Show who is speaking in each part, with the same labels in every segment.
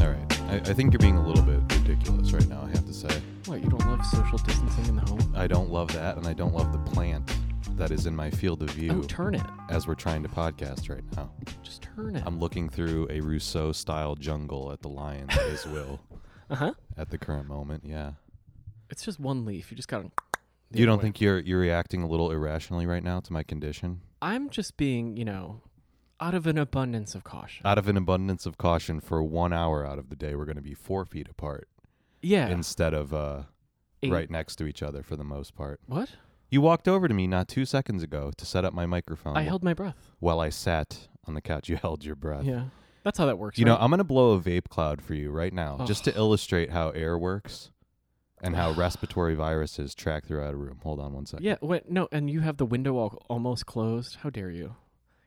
Speaker 1: I think you're being a little bit ridiculous right now, I have to say.
Speaker 2: What, you don't love social distancing in the home?
Speaker 1: I don't love that, and I don't love the plant that is in my field of view
Speaker 2: Oh, turn it.
Speaker 1: as we're trying to podcast right now.
Speaker 2: Just turn it.
Speaker 1: I'm looking through a Rousseau style jungle at the lion that is Will
Speaker 2: Uh huh.
Speaker 1: at the current moment. Yeah.
Speaker 2: It's just one leaf. You just got to.
Speaker 1: You don't think you're you're reacting a little irrationally right now to my condition?
Speaker 2: I'm just being, you know, out of an abundance of caution.
Speaker 1: Out of an abundance of caution, for one hour out of the day, we're going to be four feet apart
Speaker 2: yeah.
Speaker 1: instead of uh,
Speaker 2: Eight-
Speaker 1: right next to each other for the most part.
Speaker 2: What?
Speaker 1: You walked over to me not two seconds ago to set up my microphone
Speaker 2: I held my breath.
Speaker 1: while I sat on the couch. You held your breath.
Speaker 2: Yeah. That's how that works.
Speaker 1: You know,
Speaker 2: right?
Speaker 1: I'm going to blow a vape cloud for you right now just to illustrate how air works and how respiratory viruses track throughout a room. Hold on one second.
Speaker 2: Yeah. Wait, no, and you have the window al- almost closed. How dare you?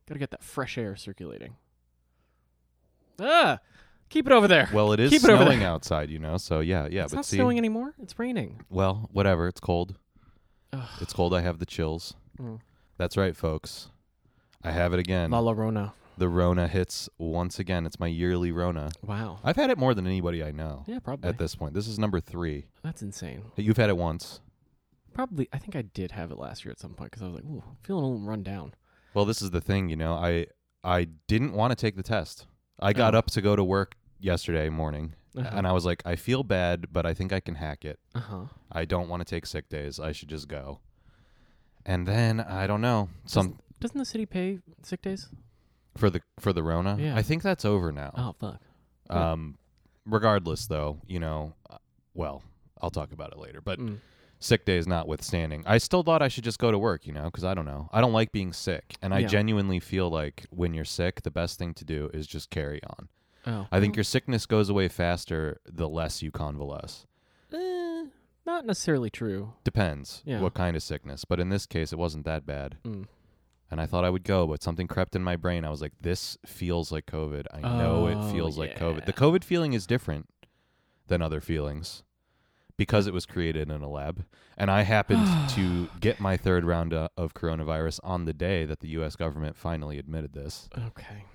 Speaker 2: Got to get that fresh air circulating. Ah! Keep it over there.
Speaker 1: Well, it is
Speaker 2: Keep it over
Speaker 1: snowing
Speaker 2: there.
Speaker 1: outside, you know, so yeah, yeah.
Speaker 2: it's
Speaker 1: but
Speaker 2: not
Speaker 1: see,
Speaker 2: snowing anymore. It's raining.
Speaker 1: well, whatever. It's cold.
Speaker 2: Ugh.
Speaker 1: It's cold. I have the chills.
Speaker 2: Mm.
Speaker 1: That's right, folks. I have it again.
Speaker 2: La Llorona.
Speaker 1: the Rona hits once again. It's my yearly Rona.
Speaker 2: Wow.
Speaker 1: I've had it more than anybody I know
Speaker 2: Yeah, probably.
Speaker 1: at this point. This is number three.
Speaker 2: That's insane.
Speaker 1: You've had it once.
Speaker 2: Probably, I think I did have it last year at some point because I was like, ooh, feeling a little run down.
Speaker 1: Well, this is the thing, you know. I I didn't want to take the test. I got
Speaker 2: Oh.
Speaker 1: up to go to work yesterday morning,
Speaker 2: Uh-huh.
Speaker 1: and I was like, I feel bad, but I think I can hack it.
Speaker 2: Uh huh.
Speaker 1: I don't want to take sick days. I should just go. And then I don't know some
Speaker 2: Doesn't the city pay sick days?
Speaker 1: for the for the Rona.
Speaker 2: Yeah.
Speaker 1: I think that's over now.
Speaker 2: Oh fuck. yeah.
Speaker 1: Um, regardless, though, you know, uh, well, I'll talk about it later. But
Speaker 2: Mm.
Speaker 1: sick days notwithstanding, I still thought I should just go to work, you know, because I don't know. I don't like being sick. And I
Speaker 2: Yeah.
Speaker 1: genuinely feel like when you're sick, the best thing to do is just carry on.
Speaker 2: Oh,
Speaker 1: I think your sickness goes away faster the less you convalesce.
Speaker 2: Eh, not necessarily true.
Speaker 1: Depends
Speaker 2: Yeah.
Speaker 1: what kind of sickness. But in this case, it wasn't that bad.
Speaker 2: Mm.
Speaker 1: And I thought I would go, but something crept in my brain. I was like, this feels like COVID. I know
Speaker 2: Oh,
Speaker 1: it feels like COVID. The
Speaker 2: yeah.
Speaker 1: COVID feeling is different than other feelings because it was created in a lab. And I happened to get my third round uh, of coronavirus on the day that the US government finally admitted this,
Speaker 2: Okay.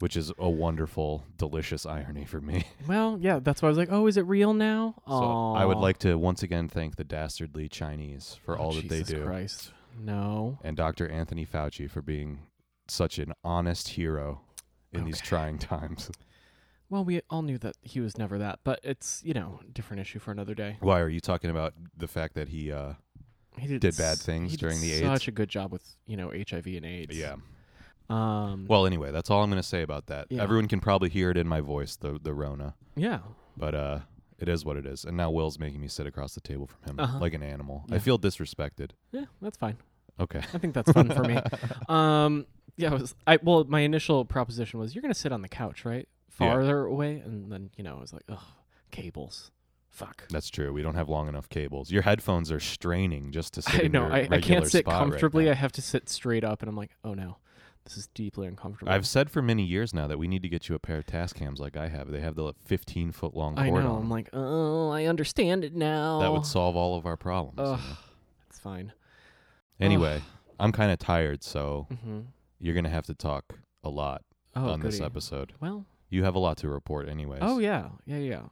Speaker 1: which is a wonderful, delicious irony for me.
Speaker 2: Well, yeah, that's why I was like, oh, is it real now?
Speaker 1: So I would
Speaker 2: Aw.
Speaker 1: like to once again thank the dastardly Chinese for
Speaker 2: Oh,
Speaker 1: all that
Speaker 2: Jesus
Speaker 1: they do.
Speaker 2: Christ. No.
Speaker 1: and Dr. Anthony Fauci for being such an honest hero in these
Speaker 2: Okay.
Speaker 1: trying times.
Speaker 2: Well, we all knew that he was never that, but it's you know different issue for another day.
Speaker 1: Why are you talking about the fact that he uh
Speaker 2: He
Speaker 1: Did bad
Speaker 2: s-
Speaker 1: things
Speaker 2: he
Speaker 1: during the
Speaker 2: did
Speaker 1: AIDS.
Speaker 2: Such a good job with you know HIV and AIDS.
Speaker 1: yeah.
Speaker 2: Um.
Speaker 1: Well, anyway, that's all I'm going to say about that.
Speaker 2: Yeah.
Speaker 1: Everyone can probably hear it in my voice, the the rona,
Speaker 2: yeah.
Speaker 1: but uh it is what it is. And now Will's making me sit across the table from him
Speaker 2: Uh-huh.
Speaker 1: like an animal. I
Speaker 2: Yeah.
Speaker 1: feel disrespected.
Speaker 2: Yeah. That's fine.
Speaker 1: Okay.
Speaker 2: I think that's fun for me. Um, yeah, I was I well, my initial proposition was you're gonna sit on the couch, right,
Speaker 1: Yeah.
Speaker 2: farther away, and then you know I was like, ugh, cables, fuck.
Speaker 1: That's true. We don't have long enough cables. Your headphones are straining just to sit
Speaker 2: I
Speaker 1: in
Speaker 2: know
Speaker 1: your
Speaker 2: I, I can't
Speaker 1: regular
Speaker 2: sit
Speaker 1: spot right
Speaker 2: comfortably.
Speaker 1: now.
Speaker 2: I have to sit straight up, and I'm like, oh no, this is deeply uncomfortable.
Speaker 1: I've said for many years now that we need to get you a pair of task cams like I have. They have the 15 foot long
Speaker 2: I
Speaker 1: cord
Speaker 2: know.
Speaker 1: on.
Speaker 2: I'm like, oh, I understand it now.
Speaker 1: that would solve all of our problems. you
Speaker 2: Ugh.
Speaker 1: know?
Speaker 2: It's fine.
Speaker 1: Anyway, I'm kind of tired, so
Speaker 2: Mm-hmm.
Speaker 1: you're going to have to talk a lot
Speaker 2: Oh,
Speaker 1: on this
Speaker 2: goody.
Speaker 1: episode.
Speaker 2: Well,
Speaker 1: You have a lot to report, anyways.
Speaker 2: oh yeah, yeah, yeah.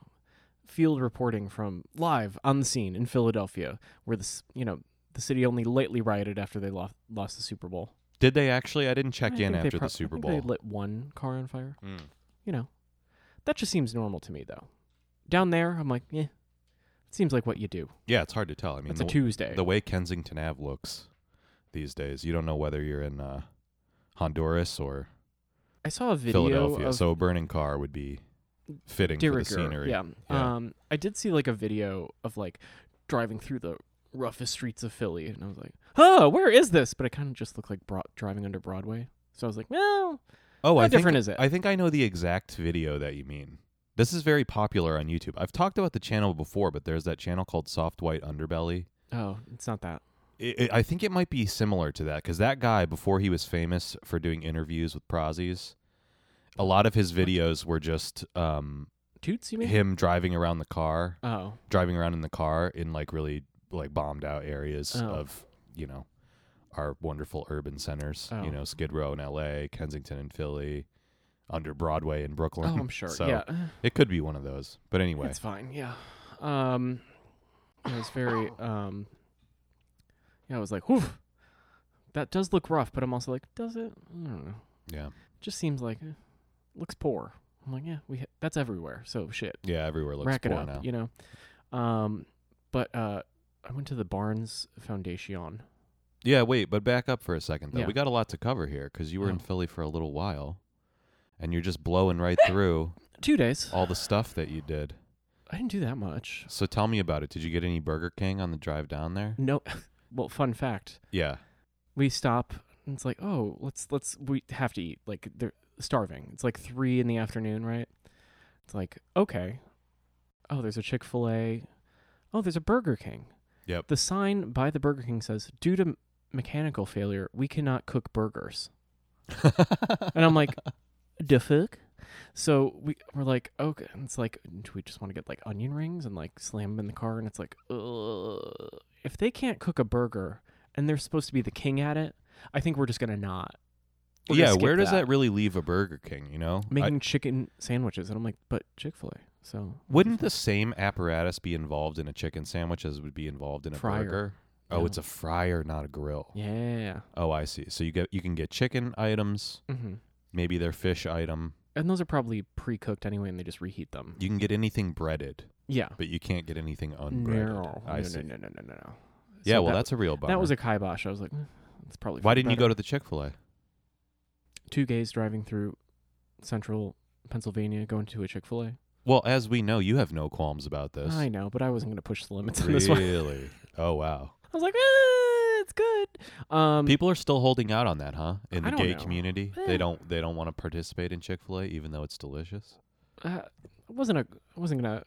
Speaker 2: Field reporting from live on the scene in Philadelphia, where this, you know, the city only lately rioted after they lost lost the Super Bowl.
Speaker 1: Did they actually? I didn't check
Speaker 2: I
Speaker 1: in
Speaker 2: think they
Speaker 1: after
Speaker 2: pro-
Speaker 1: the Super
Speaker 2: I think
Speaker 1: Bowl.
Speaker 2: They lit one car on fire.
Speaker 1: Mm.
Speaker 2: You know, that just seems normal to me, though. Down there, I'm like, eh. It seems like what you do.
Speaker 1: Yeah, it's hard to tell. I mean,
Speaker 2: It's
Speaker 1: the,
Speaker 2: a Tuesday.
Speaker 1: the way Kensington Ave looks these days, you don't know whether you're in uh, Honduras or
Speaker 2: I saw a video
Speaker 1: Philadelphia.
Speaker 2: of
Speaker 1: So a burning car would be fitting
Speaker 2: de
Speaker 1: for the
Speaker 2: rigueur,
Speaker 1: scenery.
Speaker 2: Yeah.
Speaker 1: Yeah.
Speaker 2: Um, I did see like a video of like driving through the roughest streets of Philly, and I was like, oh, where is this? But I kind of just looked like bro- driving under Broadway. So I was like, well,
Speaker 1: Oh,
Speaker 2: how
Speaker 1: I think
Speaker 2: different is it?
Speaker 1: I think I know the exact video that you mean. This is very popular on YouTube. I've talked about the channel before, but there's that channel called Soft White Underbelly.
Speaker 2: oh, it's not that.
Speaker 1: It, it- I think it might be similar to that because that guy, before he was famous for doing interviews with Prozzies, a lot of his videos were just um,
Speaker 2: Toots, you mean?
Speaker 1: him driving around the car,
Speaker 2: Oh,
Speaker 1: driving around in the car in like really like bombed out areas
Speaker 2: Oh.
Speaker 1: of you know our wonderful urban centers.
Speaker 2: Oh.
Speaker 1: You know Skid Row in L.A., Kensington in Philly, under Broadway in Brooklyn.
Speaker 2: Oh, I'm sure.
Speaker 1: So
Speaker 2: yeah,
Speaker 1: it could be one of those. But anyway,
Speaker 2: it's fine. Yeah. Um, it was very. Um, yeah, I was like, "Woof, that does look rough," but I'm also like, "Does it? I don't know.
Speaker 1: yeah,
Speaker 2: Just seems like eh, looks poor." I'm like, "Yeah, we ha- that's everywhere. So shit,
Speaker 1: yeah, everywhere looks
Speaker 2: rack
Speaker 1: poor
Speaker 2: it up,
Speaker 1: now.
Speaker 2: you know." Um, but uh, I went to the Barnes Foundation.
Speaker 1: Yeah, wait, but back up for a second though.
Speaker 2: Yeah.
Speaker 1: We got a lot to cover here because you were in
Speaker 2: Oh.
Speaker 1: Philly for a little while, and you're just blowing right through
Speaker 2: Two days.
Speaker 1: all the stuff that you did.
Speaker 2: I didn't do that much.
Speaker 1: So tell me about it. Did you get any Burger King on the drive down there?
Speaker 2: No. well, fun fact.
Speaker 1: Yeah,
Speaker 2: we stop and it's like oh let's let's we have to eat like they're starving it's like three in the afternoon right it's like okay oh there's a chick-fil-a oh there's a burger king
Speaker 1: Yep.
Speaker 2: the sign by the burger king says due to m- mechanical failure we cannot cook burgers and i'm like the fuck so we, we're like okay and it's like do we just want to get like onion rings and like slam them in the car and it's like Ugh. if they can't cook a burger and they're supposed to be the king at it i think we're just gonna not We're gonna
Speaker 1: yeah.
Speaker 2: skip
Speaker 1: Where does that. really leave a Burger King? You know, I-
Speaker 2: making chicken sandwiches and i'm like but chick-fil-a so
Speaker 1: wouldn't the same apparatus be involved in a chicken sandwich as would be involved in a
Speaker 2: Fryer.
Speaker 1: burger? Oh,
Speaker 2: No.
Speaker 1: it's a fryer, not a grill.
Speaker 2: yeah
Speaker 1: Oh, I see. So you get you can get chicken items,
Speaker 2: hmm
Speaker 1: maybe their fish item.
Speaker 2: and those are probably pre-cooked anyway and they just reheat them
Speaker 1: You can get anything breaded,
Speaker 2: yeah
Speaker 1: but you can't get anything unbreaded.
Speaker 2: no
Speaker 1: I
Speaker 2: no,
Speaker 1: see.
Speaker 2: no no no no no no
Speaker 1: Yeah,
Speaker 2: So
Speaker 1: well,
Speaker 2: that,
Speaker 1: that's a real bummer.
Speaker 2: that was a kibosh i was like eh, it's probably
Speaker 1: Why didn't you
Speaker 2: better.
Speaker 1: go to the Chick Fil A?
Speaker 2: two gays driving through central Pennsylvania going to a Chick fil A.
Speaker 1: Well, as we know, you have no qualms about this.
Speaker 2: I know, but I wasn't going to push the limits on this one. I
Speaker 1: really? oh wow!
Speaker 2: was like, "Ah, it's good. Um,
Speaker 1: People are still holding out on that, huh? In
Speaker 2: I
Speaker 1: the
Speaker 2: don't
Speaker 1: gay
Speaker 2: know.
Speaker 1: community,
Speaker 2: Eh.
Speaker 1: they don't they don't want to participate in Chick Fil A, even though it's delicious.
Speaker 2: uh, I wasn't, a, I wasn't going to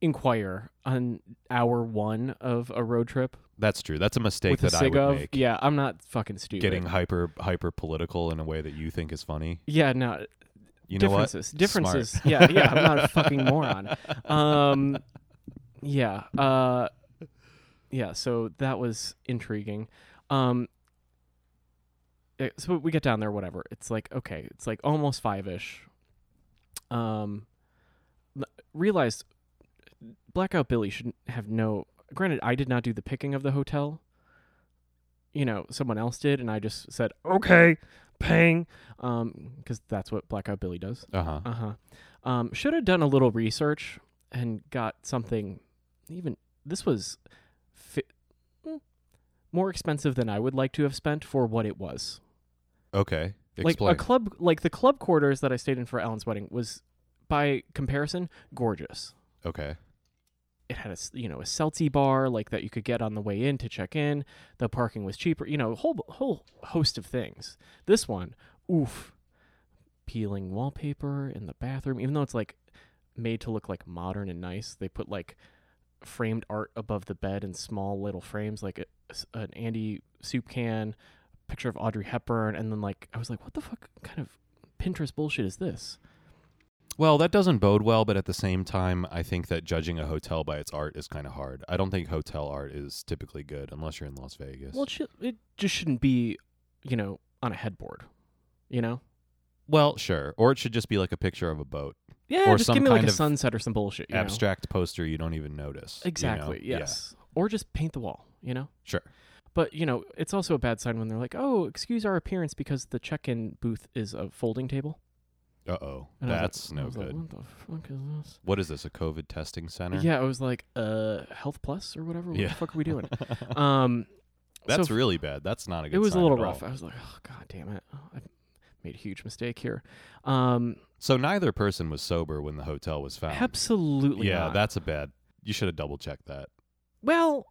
Speaker 2: inquire on hour one of a road trip
Speaker 1: That's true. That's a mistake
Speaker 2: with a
Speaker 1: that I
Speaker 2: cig
Speaker 1: would
Speaker 2: of.
Speaker 1: make.
Speaker 2: Yeah, I'm not fucking stupid.
Speaker 1: Getting hyper hyper political in a way that you think is funny.
Speaker 2: yeah, no.
Speaker 1: You know what?
Speaker 2: differences.
Speaker 1: Smart.
Speaker 2: Differences. Yeah, yeah. I'm not a fucking moron. Um, yeah. Uh, yeah. So that was intriguing. Um, eh, so we get down there, whatever. It's like okay, it's like almost five ish. Um, l- realized Blackout Billy should have no. Granted, I did not do the picking of the hotel. You know, someone else did, and I just said okay, paying, um, because that's what Blackout Billy does.
Speaker 1: Uh huh.
Speaker 2: Uh huh. Um, should have done a little research and got something. Even this was fi- mm, more expensive than I would like to have spent for what it was.
Speaker 1: Okay. Explain.
Speaker 2: uh, Like a club, like the club quarters that I stayed in for Ellen's wedding was, by comparison, gorgeous.
Speaker 1: okay.
Speaker 2: It had a s- you know a seltzy bar like that you could get on the way in to check in. The parking was cheaper. You know, a whole whole host of things. This one, oof, peeling wallpaper in the bathroom. Even though it's like made to look like modern and nice, they put like framed art above the bed in small little frames, like a, s- an Andy soup can, a picture of Audrey Hepburn, and then like I was like, what the fuck kind of Pinterest bullshit is this?
Speaker 1: Well, that doesn't bode well, but at the same time, I think that judging a hotel by its art is kind of hard. I don't think hotel art is typically good unless you're in Las Vegas.
Speaker 2: Well, it, should, it just shouldn't be, you know, on a headboard, you know.
Speaker 1: Well, sure. Or it should just be like a picture of a boat,
Speaker 2: Yeah,
Speaker 1: Or
Speaker 2: just
Speaker 1: some
Speaker 2: give me like
Speaker 1: kind
Speaker 2: a
Speaker 1: of
Speaker 2: sunset or some bullshit. You know?
Speaker 1: abstract poster you don't even notice. you know?
Speaker 2: Exactly.
Speaker 1: Yeah.
Speaker 2: Yes. Or just paint the wall. You know.
Speaker 1: Sure.
Speaker 2: But you know, it's also a bad sign when they're like, "Oh, excuse our appearance because the check-in booth is a folding table."
Speaker 1: Uh oh.
Speaker 2: And I was like-
Speaker 1: That's
Speaker 2: I
Speaker 1: no
Speaker 2: was
Speaker 1: good.
Speaker 2: like, what the fuck is this?
Speaker 1: what is this? A COVID testing center?
Speaker 2: Yeah, I was like, "Uh, Health Plus or whatever. What
Speaker 1: Yeah.
Speaker 2: the fuck are we doing?" um,
Speaker 1: That's
Speaker 2: so
Speaker 1: really bad. That's not a good
Speaker 2: it was a
Speaker 1: sign
Speaker 2: little
Speaker 1: at all.
Speaker 2: rough. I was like, "Oh god damn it, oh, I made a huge mistake here." Um,
Speaker 1: So neither person was sober when the hotel was found.
Speaker 2: absolutely.
Speaker 1: yeah,
Speaker 2: not.
Speaker 1: that's a bad. You should have double checked that.
Speaker 2: Well,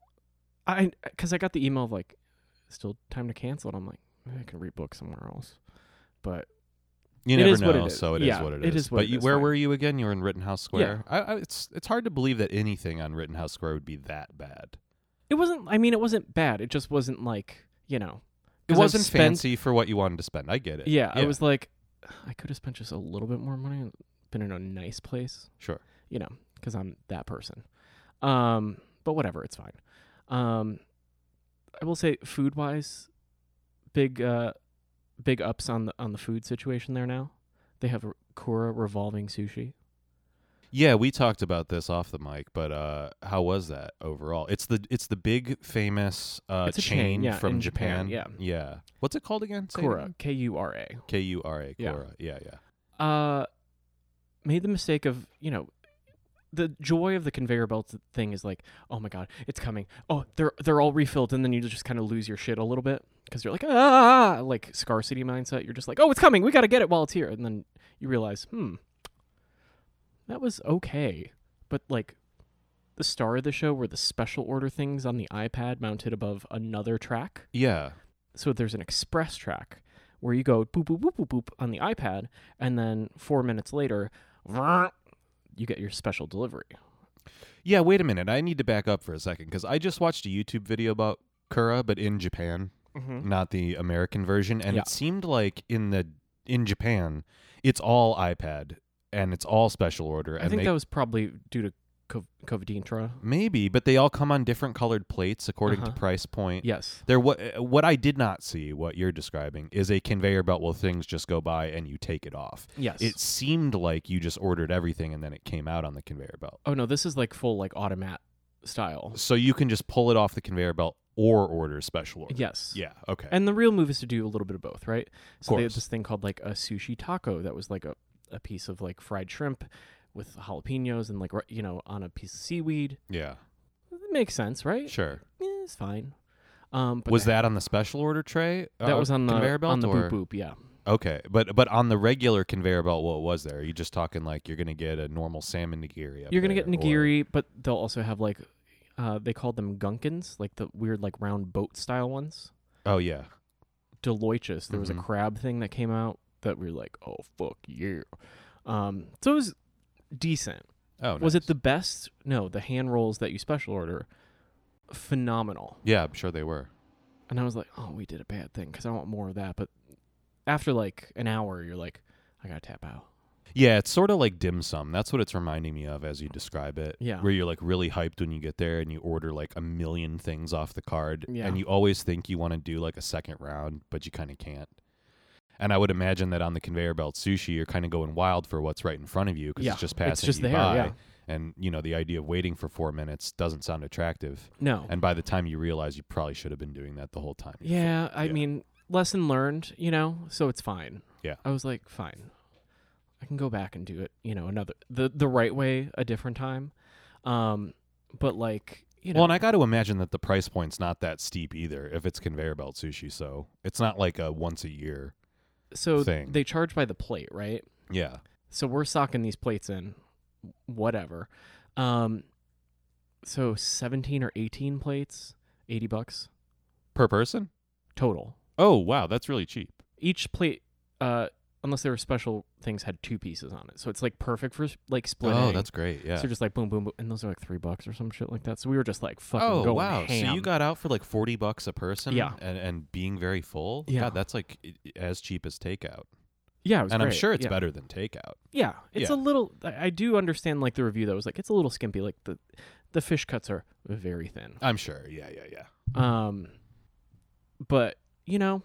Speaker 2: I because I got the email of like, still time to cancel, and I'm like, "Maybe I can rebook somewhere else. But
Speaker 1: You
Speaker 2: It
Speaker 1: never
Speaker 2: is
Speaker 1: know,
Speaker 2: what it is.
Speaker 1: so it is
Speaker 2: Yeah,
Speaker 1: what it is.
Speaker 2: it is what
Speaker 1: but
Speaker 2: it
Speaker 1: you,
Speaker 2: is,
Speaker 1: where
Speaker 2: fine.
Speaker 1: were you again? You were in Rittenhouse Square. I, I, it's it's hard to believe that anything on Rittenhouse Square would be that bad.
Speaker 2: it wasn't. I mean, it wasn't bad. It just wasn't like you know,
Speaker 1: It
Speaker 2: 'cause I've
Speaker 1: wasn't
Speaker 2: spent-
Speaker 1: fancy for what you wanted to spend. I get it.
Speaker 2: Yeah, I was like, I could have spent just a little bit more money, and been in a nice place,
Speaker 1: sure.
Speaker 2: you know, because I'm that person. Um, but whatever, it's fine. Um, I will say, food wise, big, uh, big ups on the on the food situation there now. They have Kura revolving sushi.
Speaker 1: Yeah, we talked about this off the mic, but uh, how was that overall? It's the it's the big famous uh,
Speaker 2: It's a
Speaker 1: chain,
Speaker 2: chain, yeah,
Speaker 1: from
Speaker 2: in Japan,
Speaker 1: Japan. Yeah, yeah. What's it called again?
Speaker 2: Kura, K U R A.
Speaker 1: K U R A.
Speaker 2: Yeah.
Speaker 1: Kura. Yeah, yeah.
Speaker 2: uh, made the mistake of you know the joy of the conveyor belt thing is like oh my god it's coming oh they're they're all refilled and then you just kind of lose your shit a little bit because you're like ah like scarcity mindset you're just like oh it's coming we gotta get it while it's here and then you realize hmm that was okay but like the star of the show were the special order things on the ipad mounted above another track
Speaker 1: Yeah.
Speaker 2: so there's an express track where you go boop boop boop boop boop on the iPad, and then four minutes later, vrrrt, you get your special delivery.
Speaker 1: Yeah, wait a minute. I need to back up for a second because I just watched a YouTube video about Kura, but in Japan,
Speaker 2: Mm-hmm.
Speaker 1: not the American version. And
Speaker 2: Yeah.
Speaker 1: it seemed like in the in Japan, it's all iPad and it's all special order.
Speaker 2: I
Speaker 1: and
Speaker 2: think
Speaker 1: they,
Speaker 2: that was probably due to Cov- Covidintra.
Speaker 1: maybe, but they all come on different colored plates according
Speaker 2: Uh-huh.
Speaker 1: to price point.
Speaker 2: Yes.
Speaker 1: There, what uh, what I did not see, what you're describing, is a conveyor belt where things just go by and you take it off.
Speaker 2: Yes.
Speaker 1: It seemed like you just ordered everything and then it came out on the conveyor belt.
Speaker 2: oh no, this is like full like automat style.
Speaker 1: So you can just pull it off the conveyor belt or order special order.
Speaker 2: Yes.
Speaker 1: Yeah. Okay.
Speaker 2: And the real move is to do a little bit of both, right? So they had
Speaker 1: course.
Speaker 2: this thing called like a sushi taco that was like a, a piece of like fried shrimp with jalapenos and like ri- you know on a piece of seaweed.
Speaker 1: yeah.
Speaker 2: It makes sense, right?
Speaker 1: Sure.
Speaker 2: Yeah, Eh, it's fine. Um, but
Speaker 1: was
Speaker 2: the-
Speaker 1: that on the special order tray?
Speaker 2: that
Speaker 1: uh,
Speaker 2: was on the
Speaker 1: conveyor belt
Speaker 2: on the
Speaker 1: or?
Speaker 2: boop boop? Yeah.
Speaker 1: Okay, but but on the regular conveyor belt, what was there? Are you just talking like you're gonna get a normal salmon nigiri? up
Speaker 2: You're gonna
Speaker 1: there,
Speaker 2: get
Speaker 1: or-
Speaker 2: nigiri, but they'll also have like uh, they called them gunkins, like the weird like round boat style ones.
Speaker 1: Oh yeah.
Speaker 2: Deloiches. There was a
Speaker 1: Mhm.
Speaker 2: crab thing that came out that we were like, oh fuck yeah. Um, so it was decent.
Speaker 1: Oh.
Speaker 2: Was it
Speaker 1: nice.
Speaker 2: the best? No, the hand rolls that you special order, phenomenal.
Speaker 1: Yeah, I'm sure they were.
Speaker 2: And I was like, oh, we did a bad thing because I want more of that. But after like an hour, you're like, I gotta tap out.
Speaker 1: Yeah, it's sort of like dim sum. That's what it's reminding me of as you describe it.
Speaker 2: Yeah.
Speaker 1: Where you're like really hyped when you get there and you order like a million things off the card.
Speaker 2: Yeah.
Speaker 1: And you always think you want to do like a second round, but you kind of can't. And I would imagine that on the conveyor belt sushi, you're kind of going wild for what's right in front of you because
Speaker 2: Yeah,
Speaker 1: it's just
Speaker 2: it's
Speaker 1: passing
Speaker 2: just
Speaker 1: you
Speaker 2: there,
Speaker 1: by.
Speaker 2: yeah.
Speaker 1: And, you know, the idea of waiting for four minutes doesn't sound attractive.
Speaker 2: No.
Speaker 1: And by the time you realize you probably should have been doing that the whole time. you're
Speaker 2: Oh Yeah, I
Speaker 1: Yeah.
Speaker 2: mean, lesson learned, you know, so it's fine.
Speaker 1: Yeah.
Speaker 2: I was like, fine. I can go back and do it, you know, another the the right way a different time. Um but like, you know,
Speaker 1: Well, and I got to imagine that the price point's not that steep either if it's conveyor belt sushi. So it's not like a once a year.
Speaker 2: so
Speaker 1: thing.
Speaker 2: they charge by the plate, right?
Speaker 1: Yeah.
Speaker 2: So we're socking these plates in whatever. Um so 17 or 18 plates, 80 bucks
Speaker 1: Per person?
Speaker 2: total.
Speaker 1: Oh, wow. That's really cheap.
Speaker 2: Each plate uh unless there were special things had two pieces on it. So it's like perfect for like splitting.
Speaker 1: Oh, that's great. Yeah.
Speaker 2: So just like boom, boom, boom, and those are like three bucks or some shit like that. So we were just like fucking
Speaker 1: oh,
Speaker 2: going
Speaker 1: wow. So
Speaker 2: ham.
Speaker 1: you got out for like 40 bucks a person
Speaker 2: Yeah.
Speaker 1: and, and being very full?
Speaker 2: Yeah.
Speaker 1: God, that's like i- as cheap as takeout.
Speaker 2: yeah, it was
Speaker 1: And I'm
Speaker 2: great.
Speaker 1: sure it's
Speaker 2: yeah.
Speaker 1: better than takeout.
Speaker 2: Yeah, it's
Speaker 1: Yeah.
Speaker 2: a little. I I do understand like the review that was like it's a little skimpy. Like the the fish cuts are very thin.
Speaker 1: I'm sure. Yeah, yeah, yeah.
Speaker 2: Um, but you know,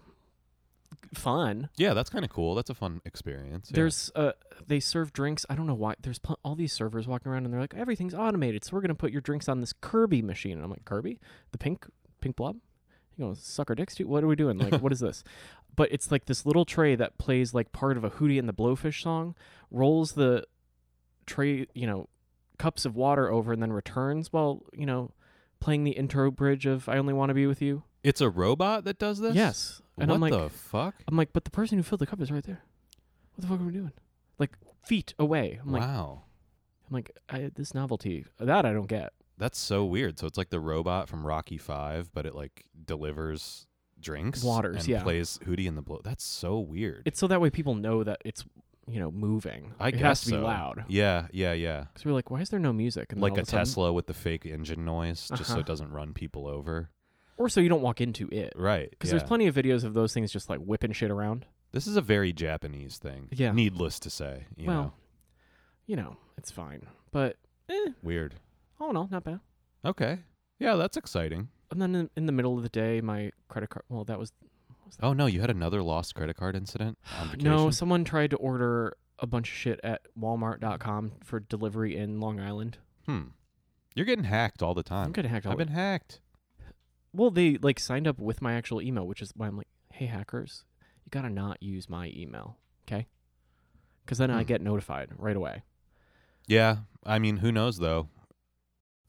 Speaker 2: fun.
Speaker 1: Yeah, that's kind of cool. That's a fun experience. yeah.
Speaker 2: There's uh, they serve drinks. I don't know why. There's pl- all these servers walking around, and they're like, everything's automated. So we're gonna put your drinks on this Kirby machine. And I'm like, Kirby, the pink, pink blob. You know, sucker dicks, dude. What are we doing? Like, what is this? But it's like this little tray that plays like part of a Hootie and the Blowfish song, rolls the tray, you know, cups of water over, and then returns while you know playing the intro bridge of "I Only Want to Be with You."
Speaker 1: It's a robot that does this?
Speaker 2: yes, and
Speaker 1: what
Speaker 2: I'm like,
Speaker 1: the fuck?
Speaker 2: I'm like, but the person who filled the cup is right there. What the fuck are we doing? Like feet away. I'm like,
Speaker 1: wow.
Speaker 2: I'm like, I, this novelty that I don't get.
Speaker 1: That's so weird. So it's like the robot from Rocky Five, but it like delivers drinks,
Speaker 2: Waters,
Speaker 1: and
Speaker 2: yeah.
Speaker 1: plays Hootie and the Blow. That's so weird.
Speaker 2: It's so that way people know that it's you know moving.
Speaker 1: I
Speaker 2: it
Speaker 1: guess
Speaker 2: has to be
Speaker 1: so.
Speaker 2: loud.
Speaker 1: Yeah, yeah, yeah.
Speaker 2: Because we're like, why is there no music? then
Speaker 1: like
Speaker 2: all
Speaker 1: a
Speaker 2: of sudden-
Speaker 1: Tesla with the fake engine noise, just so
Speaker 2: Uh-huh.
Speaker 1: it doesn't run people over.
Speaker 2: or so you don't walk into it.
Speaker 1: Right.
Speaker 2: Because
Speaker 1: yeah.
Speaker 2: there's plenty of videos of those things just like whipping shit around.
Speaker 1: This is a very Japanese thing.
Speaker 2: Yeah.
Speaker 1: Needless to say, you
Speaker 2: well,
Speaker 1: know,
Speaker 2: you know, it's fine. But eh,
Speaker 1: weird.
Speaker 2: all in all, not bad.
Speaker 1: Okay. Yeah, that's exciting.
Speaker 2: And then in, in the middle of the day, my credit card. Well, that was
Speaker 1: Oh no, you had another lost credit card incident on vacation.
Speaker 2: No, someone tried to order a bunch of shit at walmart.com for delivery in Long Island.
Speaker 1: Hmm. You're getting hacked all the
Speaker 2: I'm
Speaker 1: time.
Speaker 2: getting hacked all
Speaker 1: I've
Speaker 2: the
Speaker 1: been hacked.
Speaker 2: Well, they like signed up with my actual email, which is why I'm like, hey hackers, you gotta not use my email, okay? Because then I
Speaker 1: Hmm.
Speaker 2: get notified right away.
Speaker 1: Yeah. I mean, who knows though?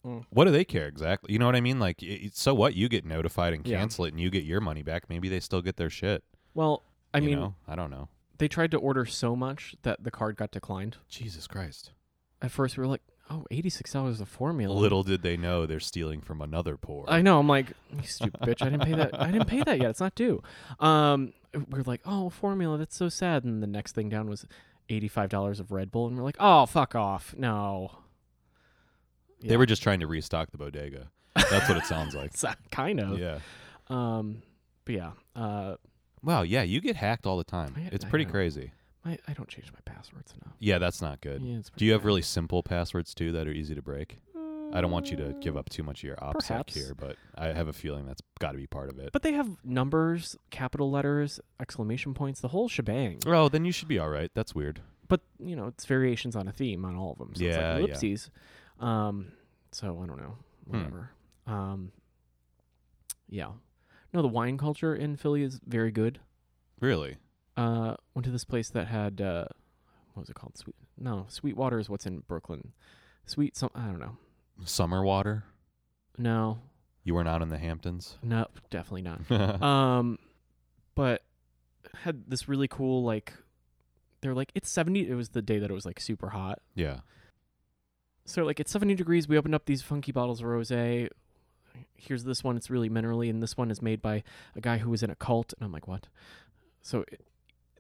Speaker 2: Mm.
Speaker 1: What do they care exactly? You know what I mean? Like, i- i- so what? You get notified and
Speaker 2: Yeah.
Speaker 1: cancel it, and you get your money back. Maybe they still get their shit.
Speaker 2: Well, I
Speaker 1: you
Speaker 2: mean,
Speaker 1: know? I don't know.
Speaker 2: they tried to order so much that the card got declined.
Speaker 1: Jesus Christ!
Speaker 2: At first, we were like, oh, $86 a formula.
Speaker 1: Little did they know they're stealing from another poor.
Speaker 2: I know. I'm like, you stupid bitch. I didn't pay that. I didn't pay that yet. It's not due. Um, we're like, oh, formula. That's so sad. And the next thing down was eighty-five dollars of Red Bull, and we're like, oh, fuck off. No.
Speaker 1: They were just trying to restock the bodega. That's what it sounds like.
Speaker 2: It's, uh, kind of.
Speaker 1: yeah.
Speaker 2: Um, but yeah. Uh,
Speaker 1: Wow. Yeah. You get hacked all the time.
Speaker 2: I-
Speaker 1: It's
Speaker 2: I
Speaker 1: pretty
Speaker 2: know.
Speaker 1: crazy.
Speaker 2: I, I don't change my passwords enough.
Speaker 1: Yeah. That's not good.
Speaker 2: Yeah, it's
Speaker 1: Do you have
Speaker 2: pretty
Speaker 1: really simple passwords too that are easy to break?
Speaker 2: bad.
Speaker 1: I don't want you to give up too much of your ops
Speaker 2: Perhaps.
Speaker 1: here, but I have a feeling that's got to be part of it.
Speaker 2: But they have numbers, capital letters, exclamation points, the whole shebang.
Speaker 1: Oh, then you should be all right. That's weird.
Speaker 2: but you know it's variations on a theme on all of them so
Speaker 1: Yeah, yeah.
Speaker 2: it's like ellipses um so i don't know
Speaker 1: Hmm.
Speaker 2: whatever um yeah no the wine culture in philly is very good
Speaker 1: Really?
Speaker 2: uh went to this place that had uh what was it called sweet no sweetwater is what's in brooklyn sweet some i don't know
Speaker 1: Summer water?
Speaker 2: no
Speaker 1: You weren't out in the Hamptons?
Speaker 2: no definitely not um but had this really cool like they're like it's 70 it was the day that it was like super hot
Speaker 1: yeah.
Speaker 2: So like it's 70 degrees. We opened up these funky bottles of rosé. Here's this one. It's really minerally, and this one is made by a guy who was in a cult. And I'm like, what? So it-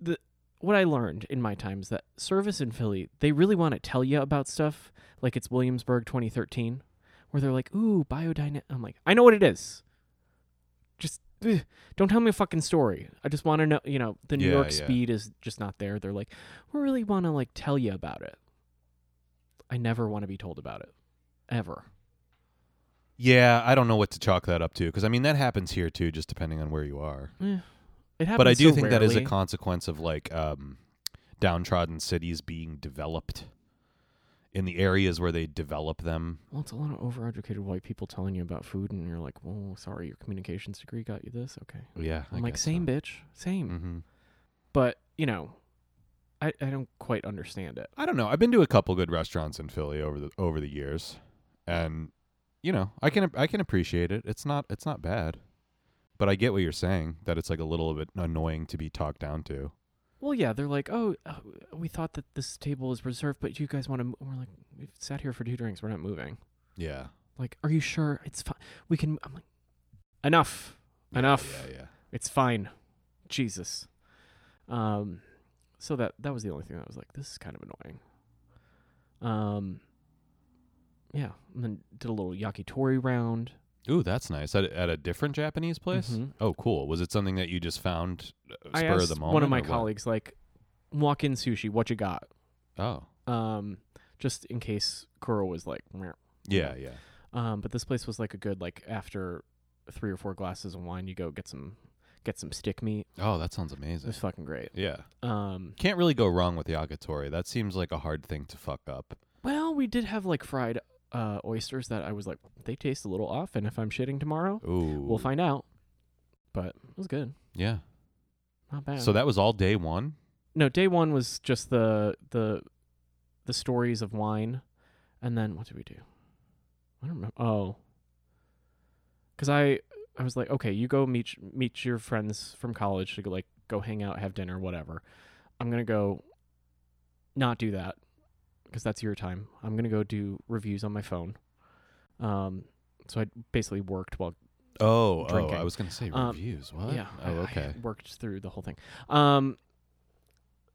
Speaker 2: the what I learned in my time is that service in Philly, they really want to tell you about stuff like it's Williamsburg 2013, where they're like, ooh, biodynamic. I'm like, I know what it is. Just ugh, don't tell me a fucking story. I just want to know. You know, the New
Speaker 1: Yeah,
Speaker 2: York
Speaker 1: yeah.
Speaker 2: speed is just not there. They're like, we really want to like tell you about it. I never want to be told about it, ever.
Speaker 1: Yeah, I don't know what to chalk that up to because I mean that happens here too, just depending on where you are.
Speaker 2: Eh, it happens.
Speaker 1: But I do
Speaker 2: so
Speaker 1: think that is a
Speaker 2: rarely.
Speaker 1: consequence of like um, downtrodden cities being developed in the areas where they develop them.
Speaker 2: well, it's a lot of overeducated white people telling you about food, and you're like, "Well, sorry, your communications degree got you this." Okay,
Speaker 1: Yeah,
Speaker 2: I'm like, "Same, bitch, same."
Speaker 1: Mm-hmm.
Speaker 2: But you know, I I don't quite understand it.
Speaker 1: I don't know. I've been to a couple good restaurants in Philly over the over the years, and you know, I can I can appreciate it. It's not it's not bad, but I get what you're saying that it's like a little bit annoying to be talked down to.
Speaker 2: Well, yeah, they're like, "Oh, uh, we thought that this table was reserved, but you guys want to?" We're like, "We've sat here for two drinks. We're not moving."
Speaker 1: Yeah,
Speaker 2: Like, are you sure it's fine? We can. I'm like, enough, enough.
Speaker 1: Yeah, yeah.
Speaker 2: It's fine. Jesus. Um so that that was the only thing that I was like, this is kind of annoying. Um Yeah. And then did a little yakitori round.
Speaker 1: Ooh, that's nice. At, at a different Japanese place.
Speaker 2: Mhm.
Speaker 1: Oh, cool. Was it something that you just found uh, spur
Speaker 2: I
Speaker 1: of
Speaker 2: asked
Speaker 1: the moment?
Speaker 2: one of my
Speaker 1: or what?
Speaker 2: colleagues, like, walk in sushi, what you got?
Speaker 1: Oh,
Speaker 2: Um, just in case Kuro was like, "Meh."
Speaker 1: yeah, yeah.
Speaker 2: um, but this place was like a good like after three or four glasses of wine, you go get some get some stick meat.
Speaker 1: Oh, that sounds
Speaker 2: It
Speaker 1: amazing.
Speaker 2: was fucking great.
Speaker 1: Yeah,
Speaker 2: Um,
Speaker 1: can't really go wrong with yakitori. That seems like a hard thing to fuck up.
Speaker 2: Well, we did have like fried uh, oysters that I was like, they taste a little off, and if I'm shitting tomorrow,
Speaker 1: Ooh,
Speaker 2: we'll find out. But it was good,
Speaker 1: Yeah.
Speaker 2: not bad.
Speaker 1: So that was all day one.
Speaker 2: no, day one was just the the the stories of wine, and then what did we do? I don't remember. Oh, because I I was like, okay, you go meet meet your friends from college to go, like go hang out, have dinner, whatever. I'm gonna go not do that because that's your time. I'm gonna go do reviews on my phone. Um, so I basically worked while
Speaker 1: Oh,
Speaker 2: drinking.
Speaker 1: oh, I was gonna say
Speaker 2: Um,
Speaker 1: reviews. What?
Speaker 2: yeah. I-
Speaker 1: Oh,
Speaker 2: I
Speaker 1: okay.
Speaker 2: worked through the whole thing. Um,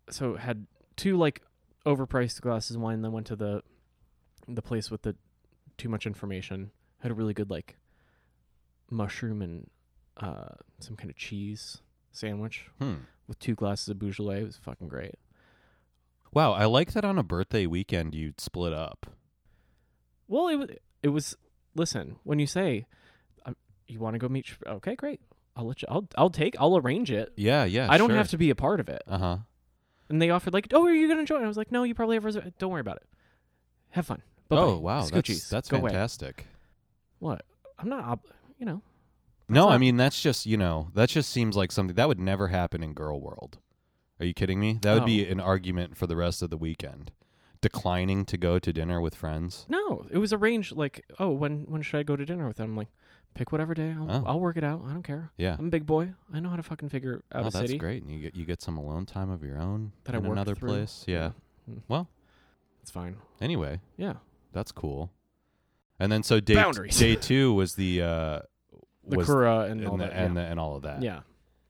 Speaker 2: so had two like overpriced glasses of wine. Then went to the the place with the too much information. Had a really good like mushroom and uh, some kind of cheese sandwich
Speaker 1: Hmm.
Speaker 2: with two glasses of Beaujolais. It was fucking great.
Speaker 1: Wow, I like that on a birthday weekend you split up.
Speaker 2: Well, it was it was. Listen, when you say uh, you want to go meet, your- okay, great. I'll let you. I'll I'll take. I'll arrange it.
Speaker 1: Yeah, yeah.
Speaker 2: I don't have to be a part of it.
Speaker 1: Uh huh.
Speaker 2: and they offered like, "Oh, are you going to join?" I was like, "No, you probably have. Reser- don't worry about it. Have fun." Bye-bye.
Speaker 1: oh wow, that's
Speaker 2: Scoochies.
Speaker 1: that's
Speaker 2: Go away."
Speaker 1: fantastic.
Speaker 2: What? I'm not. Ob- you know.
Speaker 1: No,
Speaker 2: That's
Speaker 1: I
Speaker 2: not-
Speaker 1: mean that's just you know that just seems like something that would never happen in girl world. Are you kidding me? That would be an argument for the rest of the weekend. Declining to go to dinner with friends.
Speaker 2: No, it was arranged. Like, oh, when when should I go to dinner with them? I'm like, pick whatever day. I'll,
Speaker 1: Oh.
Speaker 2: I'll work it out. I don't care.
Speaker 1: Yeah.
Speaker 2: I'm a big boy. I know how to fucking figure out
Speaker 1: oh,
Speaker 2: a
Speaker 1: that's
Speaker 2: city.
Speaker 1: great. And you get you get some alone time of your own
Speaker 2: That I
Speaker 1: in
Speaker 2: worked
Speaker 1: another
Speaker 2: through.
Speaker 1: place. Yeah.
Speaker 2: Mm.
Speaker 1: Well.
Speaker 2: It's fine.
Speaker 1: Anyway,
Speaker 2: Yeah.
Speaker 1: that's cool. And then so day
Speaker 2: Boundaries.
Speaker 1: day two was the uh,
Speaker 2: The
Speaker 1: was
Speaker 2: Kura and,
Speaker 1: and,
Speaker 2: all
Speaker 1: the,
Speaker 2: that.
Speaker 1: and
Speaker 2: yeah.
Speaker 1: the- and all of that.
Speaker 2: yeah.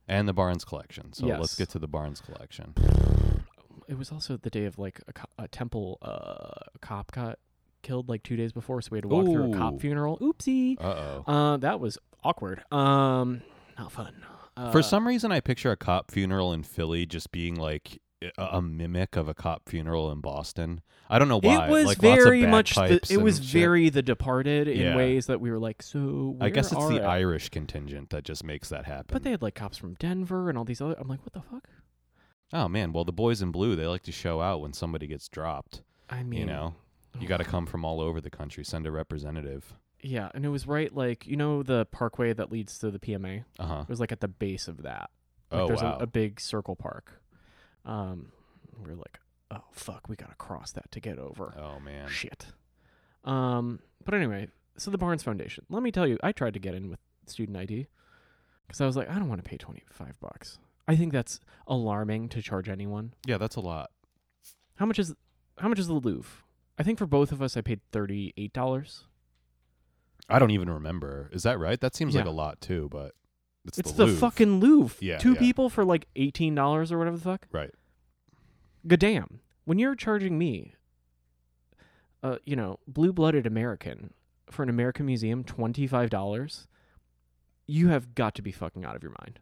Speaker 1: And the Barnes collection. So let's
Speaker 2: Yes.
Speaker 1: get to the Barnes collection.
Speaker 2: It was also the day of like a, co- a temple uh, cop got killed like two days before, so we had to walk through a
Speaker 1: Ooh.
Speaker 2: cop funeral. Oopsie.
Speaker 1: Uh oh.
Speaker 2: Uh, that was awkward. Um, not fun. Uh,
Speaker 1: For some reason, I picture a cop funeral in Philly just being like a, a mimic of a cop funeral in Boston. I don't know why.
Speaker 2: It was
Speaker 1: like, lots of
Speaker 2: very much. The,
Speaker 1: bagpipes
Speaker 2: it was
Speaker 1: and shit.
Speaker 2: very The Departed in
Speaker 1: Yeah.
Speaker 2: ways that we were like. So
Speaker 1: I guess
Speaker 2: where
Speaker 1: it's the
Speaker 2: are-
Speaker 1: Irish contingent that just makes that happen.
Speaker 2: But they had like cops from Denver and all these other. I'm like, what the fuck?
Speaker 1: oh man, well the boys in blue they like to show out when somebody gets dropped.
Speaker 2: I mean,
Speaker 1: You know, you got to come from all over the country. Send a representative.
Speaker 2: Yeah, and it was right like you know the parkway that leads to the PMA. It
Speaker 1: Uh huh.
Speaker 2: was like at the base of that. Like
Speaker 1: Oh
Speaker 2: there's
Speaker 1: wow.
Speaker 2: a, a big circle park. Um, we were like, oh fuck, we gotta cross that to get over.
Speaker 1: oh man.
Speaker 2: Shit. Um, but anyway, so the Barnes Foundation. Let me tell you, I tried to get in with student ID because I was like, I don't want to pay twenty five bucks. I think that's alarming to charge anyone.
Speaker 1: Yeah, that's a lot.
Speaker 2: How much is how much is the Louvre? I think for both of us, I paid thirty eight dollars.
Speaker 1: I don't even remember. Is that right? That seems like
Speaker 2: Yeah.
Speaker 1: a lot too, but it's,
Speaker 2: It's
Speaker 1: the,
Speaker 2: the,
Speaker 1: Louvre.
Speaker 2: fucking Louvre.
Speaker 1: Yeah,
Speaker 2: Two
Speaker 1: yeah.
Speaker 2: people for like eighteen dollars or whatever the fuck.
Speaker 1: right.
Speaker 2: Goddamn. When you're charging me, uh, you know, blue blooded American for an American museum twenty five dollars, you have got to be fucking out of your mind.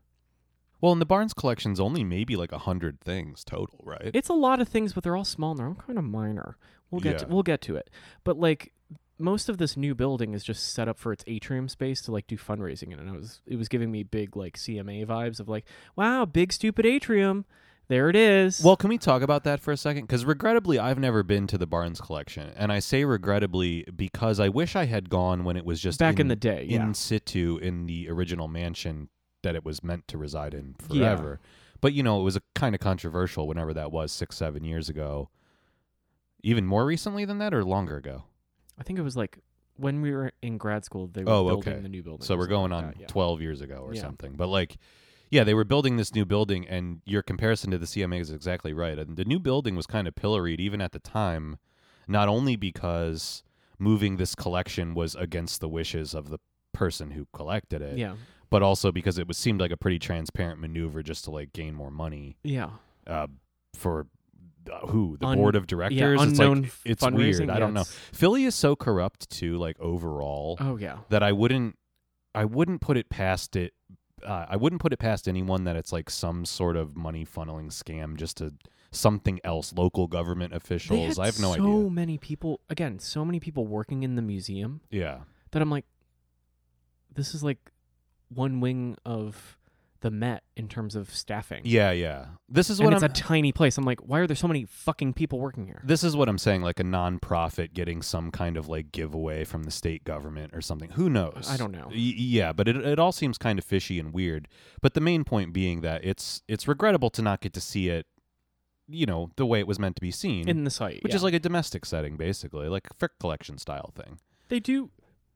Speaker 1: Well, and the Barnes collection's only maybe like a hundred things total, right?
Speaker 2: It's a lot of things, but they're all small and they're all kind of minor. We'll get to,
Speaker 1: Yeah.
Speaker 2: we'll get to it. But like most of this new building is just set up for its atrium space to like do fundraising in, and I was it was giving me big like CMA vibes of like, wow, big stupid atrium, there it is.
Speaker 1: Well, can we talk about that for a second? Because regrettably, I've never been to the Barnes collection, and I say regrettably because I wish I had gone when it was just
Speaker 2: back in, the day, yeah,
Speaker 1: in situ in the original mansion that it was meant to reside in
Speaker 2: Yeah.
Speaker 1: forever. But you know, it was a kind of controversial whenever that was six, seven years ago. Even more recently than that, or longer ago.
Speaker 2: I think it was like when we were in grad school, they were
Speaker 1: Oh,
Speaker 2: building
Speaker 1: okay.
Speaker 2: the new building.
Speaker 1: So
Speaker 2: or
Speaker 1: we're
Speaker 2: something
Speaker 1: going
Speaker 2: like
Speaker 1: on
Speaker 2: that, yeah.
Speaker 1: 12 years ago or
Speaker 2: Yeah.
Speaker 1: something. But like, yeah, they were building this new building, and your comparison to the CMA is exactly right. And the new building was kind of pilloried even at the time, not only because moving this collection was against the wishes of the person who collected it,
Speaker 2: Yeah,
Speaker 1: but also because it was seemed like a pretty transparent maneuver just to like gain more money
Speaker 2: yeah.
Speaker 1: uh, for uh, who the
Speaker 2: Un-
Speaker 1: board of directors.
Speaker 2: Yeah, unknown
Speaker 1: it's like it's
Speaker 2: fundraising,
Speaker 1: weird. I
Speaker 2: yeah,
Speaker 1: don't know.
Speaker 2: it's-
Speaker 1: Philly is so corrupt too. Like overall,
Speaker 2: Oh yeah,
Speaker 1: that I wouldn't I wouldn't put it past it uh, I wouldn't put it past anyone that it's like some sort of money funneling scam just to something else local government
Speaker 2: they
Speaker 1: officials
Speaker 2: had
Speaker 1: I have no
Speaker 2: so
Speaker 1: idea.
Speaker 2: many people. Again, so many people working in the museum.
Speaker 1: Yeah.
Speaker 2: that I'm like, this is like one wing of the Met in terms of staffing.
Speaker 1: Yeah, yeah. This is
Speaker 2: and
Speaker 1: what
Speaker 2: it's
Speaker 1: I'm
Speaker 2: a tiny place. I'm like, why are there so many fucking people working here?
Speaker 1: this is what I'm saying like a nonprofit getting some kind of like giveaway from the state government or something. Who knows?
Speaker 2: I don't know.
Speaker 1: Y- yeah, but it it all seems kind of fishy and weird. But the main point being that it's it's regrettable to not get to see it you know, the way it was meant to be seen.
Speaker 2: In the site,
Speaker 1: which
Speaker 2: yeah.
Speaker 1: is like a domestic setting basically like a frick collection style thing
Speaker 2: they do,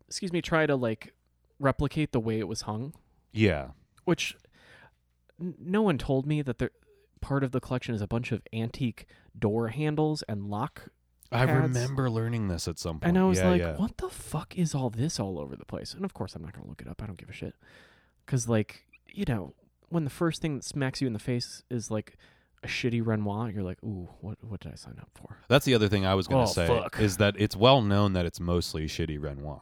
Speaker 2: excuse me, try to like replicate the way it was hung,
Speaker 1: yeah
Speaker 2: which n- no one told me that there. Part of the collection is a bunch of antique door handles and lock,
Speaker 1: i
Speaker 2: Pads.
Speaker 1: remember learning this at some point
Speaker 2: and I was
Speaker 1: Yeah,
Speaker 2: like,
Speaker 1: yeah.
Speaker 2: "What the fuck is all this all over the place?" And of course, I'm not gonna look it up. I don't give a shit, because like you know, when the first thing that smacks you in the face is like a shitty Renoir, you're like, "Ooh, what what did I sign up for?"
Speaker 1: that's the other thing i was going
Speaker 2: Oh,
Speaker 1: to say
Speaker 2: fuck.
Speaker 1: is that it's well known that it's mostly shitty renoir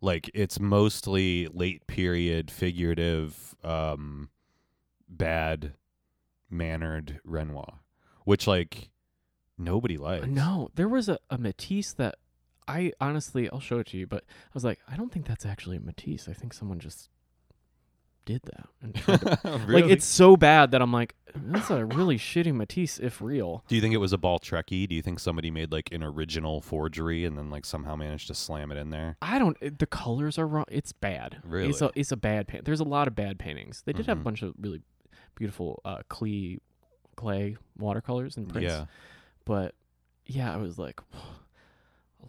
Speaker 1: like it's mostly late period figurative um bad mannered renoir which like nobody likes
Speaker 2: Uh, No, there was a, a Matisse that I honestly, I'll show it to you, but I was like, I don't think that's actually a Matisse. I think someone just did that. And tried to-
Speaker 1: Really?
Speaker 2: Like it's so bad that I'm like, that's a really shitty Matisse if real.
Speaker 1: Do you think it was a ball trekkie? Do you think somebody made like an original forgery and then like somehow managed to slam it in there?
Speaker 2: I don't. it- The colors are wrong. It's bad. It's
Speaker 1: Really?
Speaker 2: a it's a bad paint. There's a lot of bad paintings. They did have a
Speaker 1: Mhm.
Speaker 2: bunch of really beautiful uh, clay clay watercolors and prints.
Speaker 1: Yeah.
Speaker 2: But yeah, I was like,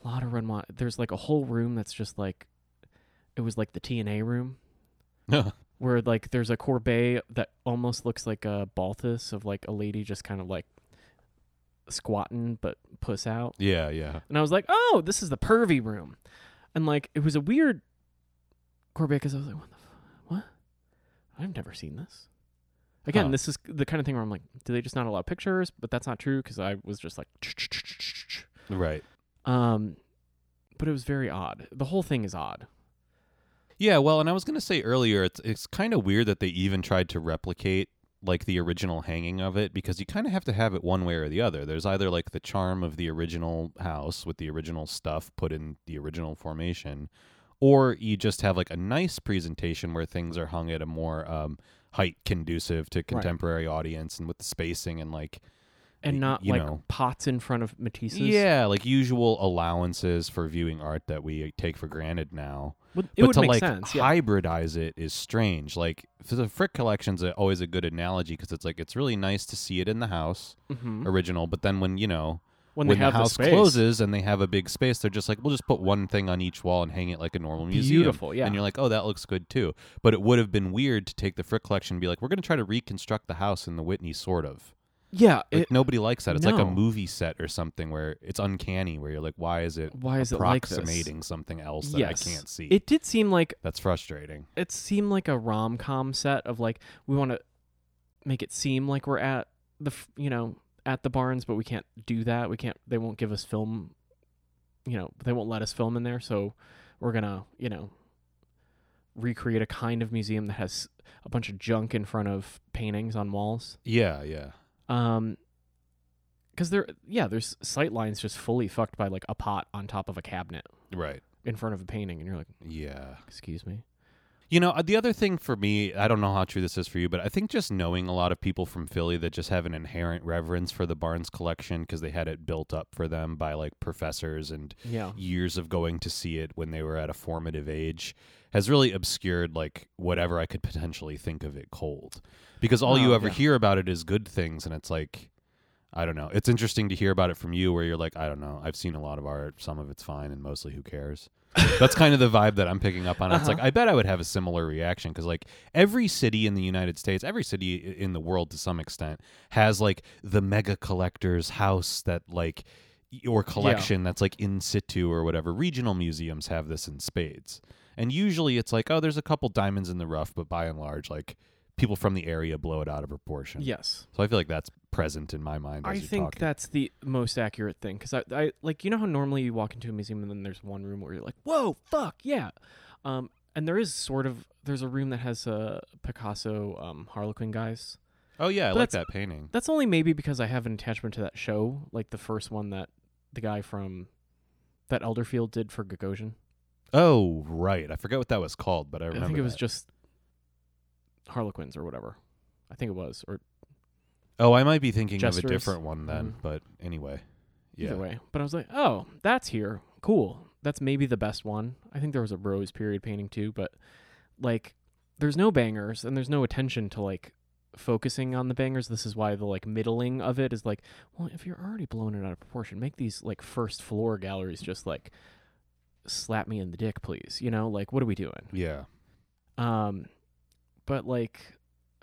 Speaker 2: a lot of Renoir. There's like a whole room that's just like, it was like the TNA room where like there's a corbet that almost looks like a Balthus of like a lady just kind of like squatting but puss out.
Speaker 1: yeah, yeah.
Speaker 2: And I was like, oh, this is the pervy room. And like, it was a weird Corbett because I was like, what the f- what? I've never seen this. Again,
Speaker 1: Huh.
Speaker 2: this is the kind of thing where I'm like, do they just not allow pictures? But that's not true because I was just like,
Speaker 1: Right.
Speaker 2: um, but it was very odd. The whole thing is odd.
Speaker 1: Yeah, well, and I was going to say earlier it's it's kind of weird that they even tried to replicate like the original hanging of it because you kind of have to have it one way or the other. There's either like the charm of the original house with the original stuff put in the original formation or you just have like a nice presentation where things are hung at a more um height conducive to contemporary audience and with the spacing and like
Speaker 2: And
Speaker 1: Y-
Speaker 2: not
Speaker 1: you
Speaker 2: like
Speaker 1: know.
Speaker 2: pots in front of Matisse's.
Speaker 1: yeah, like usual allowances for viewing art that we take for granted now.
Speaker 2: Would- it
Speaker 1: but
Speaker 2: would
Speaker 1: to
Speaker 2: make
Speaker 1: like
Speaker 2: sense. yeah.
Speaker 1: hybridize it is strange. Like f- the Frick collection's a, always a good analogy because it's like it's really nice to see it in the house
Speaker 2: Mhm.
Speaker 1: original, but then when you know
Speaker 2: When, they
Speaker 1: the
Speaker 2: have
Speaker 1: house
Speaker 2: the space.
Speaker 1: closes and they have a big space, they're just like we'll just put one thing on each wall and hang it like a normal museum.
Speaker 2: Beautiful, yeah.
Speaker 1: And you're like, oh, that looks good too. But it would have been weird to take the Frick collection and be like, we're going to try to reconstruct the house in the Whitney, sort of.
Speaker 2: yeah.
Speaker 1: Like
Speaker 2: It,
Speaker 1: nobody likes that. It's like a
Speaker 2: no.
Speaker 1: movie set or something where it's uncanny, where you're like, why is it
Speaker 2: why is it like this?
Speaker 1: approximating something else that
Speaker 2: yes.
Speaker 1: I can't see?
Speaker 2: It did seem like
Speaker 1: That's frustrating.
Speaker 2: it seemed like a rom com set of like we want to make it seem like we're at the f- you know at the barns, but we can't do that. We can't. They won't give us film. You know, they won't let us film in there, so we're gonna you know recreate a kind of museum that has a bunch of junk in front of paintings on walls.
Speaker 1: Yeah, yeah.
Speaker 2: Um. Because there, yeah, there's sight lines just fully fucked by like a pot on top of a cabinet
Speaker 1: Right.
Speaker 2: in front of a painting, and you're like,
Speaker 1: Yeah.
Speaker 2: excuse me.
Speaker 1: You know, uh, the other thing for me, I don't know how true this is for you, but I think just knowing a lot of people from Philly that just have an inherent reverence for the Barnes collection because they had it built up for them by like professors and
Speaker 2: Yeah.
Speaker 1: years of going to see it when they were at a formative age has really obscured like whatever I could potentially think of it cold. Because all you
Speaker 2: Oh,
Speaker 1: ever
Speaker 2: yeah.
Speaker 1: hear about it is good things and it's like I don't know. It's interesting to hear about it from you where you're like, I don't know. I've seen a lot of art, some of it's fine and mostly who cares. That's kind of the vibe that I'm picking up on. It's
Speaker 2: Uh-huh.
Speaker 1: like I bet I would have a similar reaction because like every city in the United States, every city i- in the world to some extent has like the mega collector's house that like y- or collection that's like in situ or whatever. Regional museums have this in spades. And usually it's like, oh, there's a couple diamonds in the rough, but by and large, like people from the area blow it out of proportion.
Speaker 2: Yes.
Speaker 1: So I feel like that's present in my mind. As
Speaker 2: I
Speaker 1: you're
Speaker 2: think
Speaker 1: talking.
Speaker 2: that's the most accurate thing because I, I like you know how normally you walk into a museum and then there's one room where you're like, whoa, fuck, yeah, um, and there is sort of there's a room that has uh, Picasso um, Harlequin guys.
Speaker 1: Oh yeah, I
Speaker 2: but
Speaker 1: like that painting.
Speaker 2: That's only maybe because I have an attachment to that show, like the first one that the guy from that Elderfield did for Gagosian.
Speaker 1: Oh right, I forget what that was called, but I
Speaker 2: I,
Speaker 1: remember.
Speaker 2: think it was
Speaker 1: that.
Speaker 2: just Harlequins or whatever. I think it was or
Speaker 1: Oh, I might be thinking of
Speaker 2: Jesters.
Speaker 1: a different one then.
Speaker 2: Mhm.
Speaker 1: But anyway, yeah.
Speaker 2: Either way. But I was like, oh, that's here. Cool. That's maybe the best one. I think there was a rose period painting too, but like there's no bangers and there's no attention to like focusing on the bangers. This is why the like middling of it is like, well, if you're already blowing it out of proportion, make these like first floor galleries just like slap me in the dick, please. You know, like what are we doing?
Speaker 1: Yeah.
Speaker 2: Um but like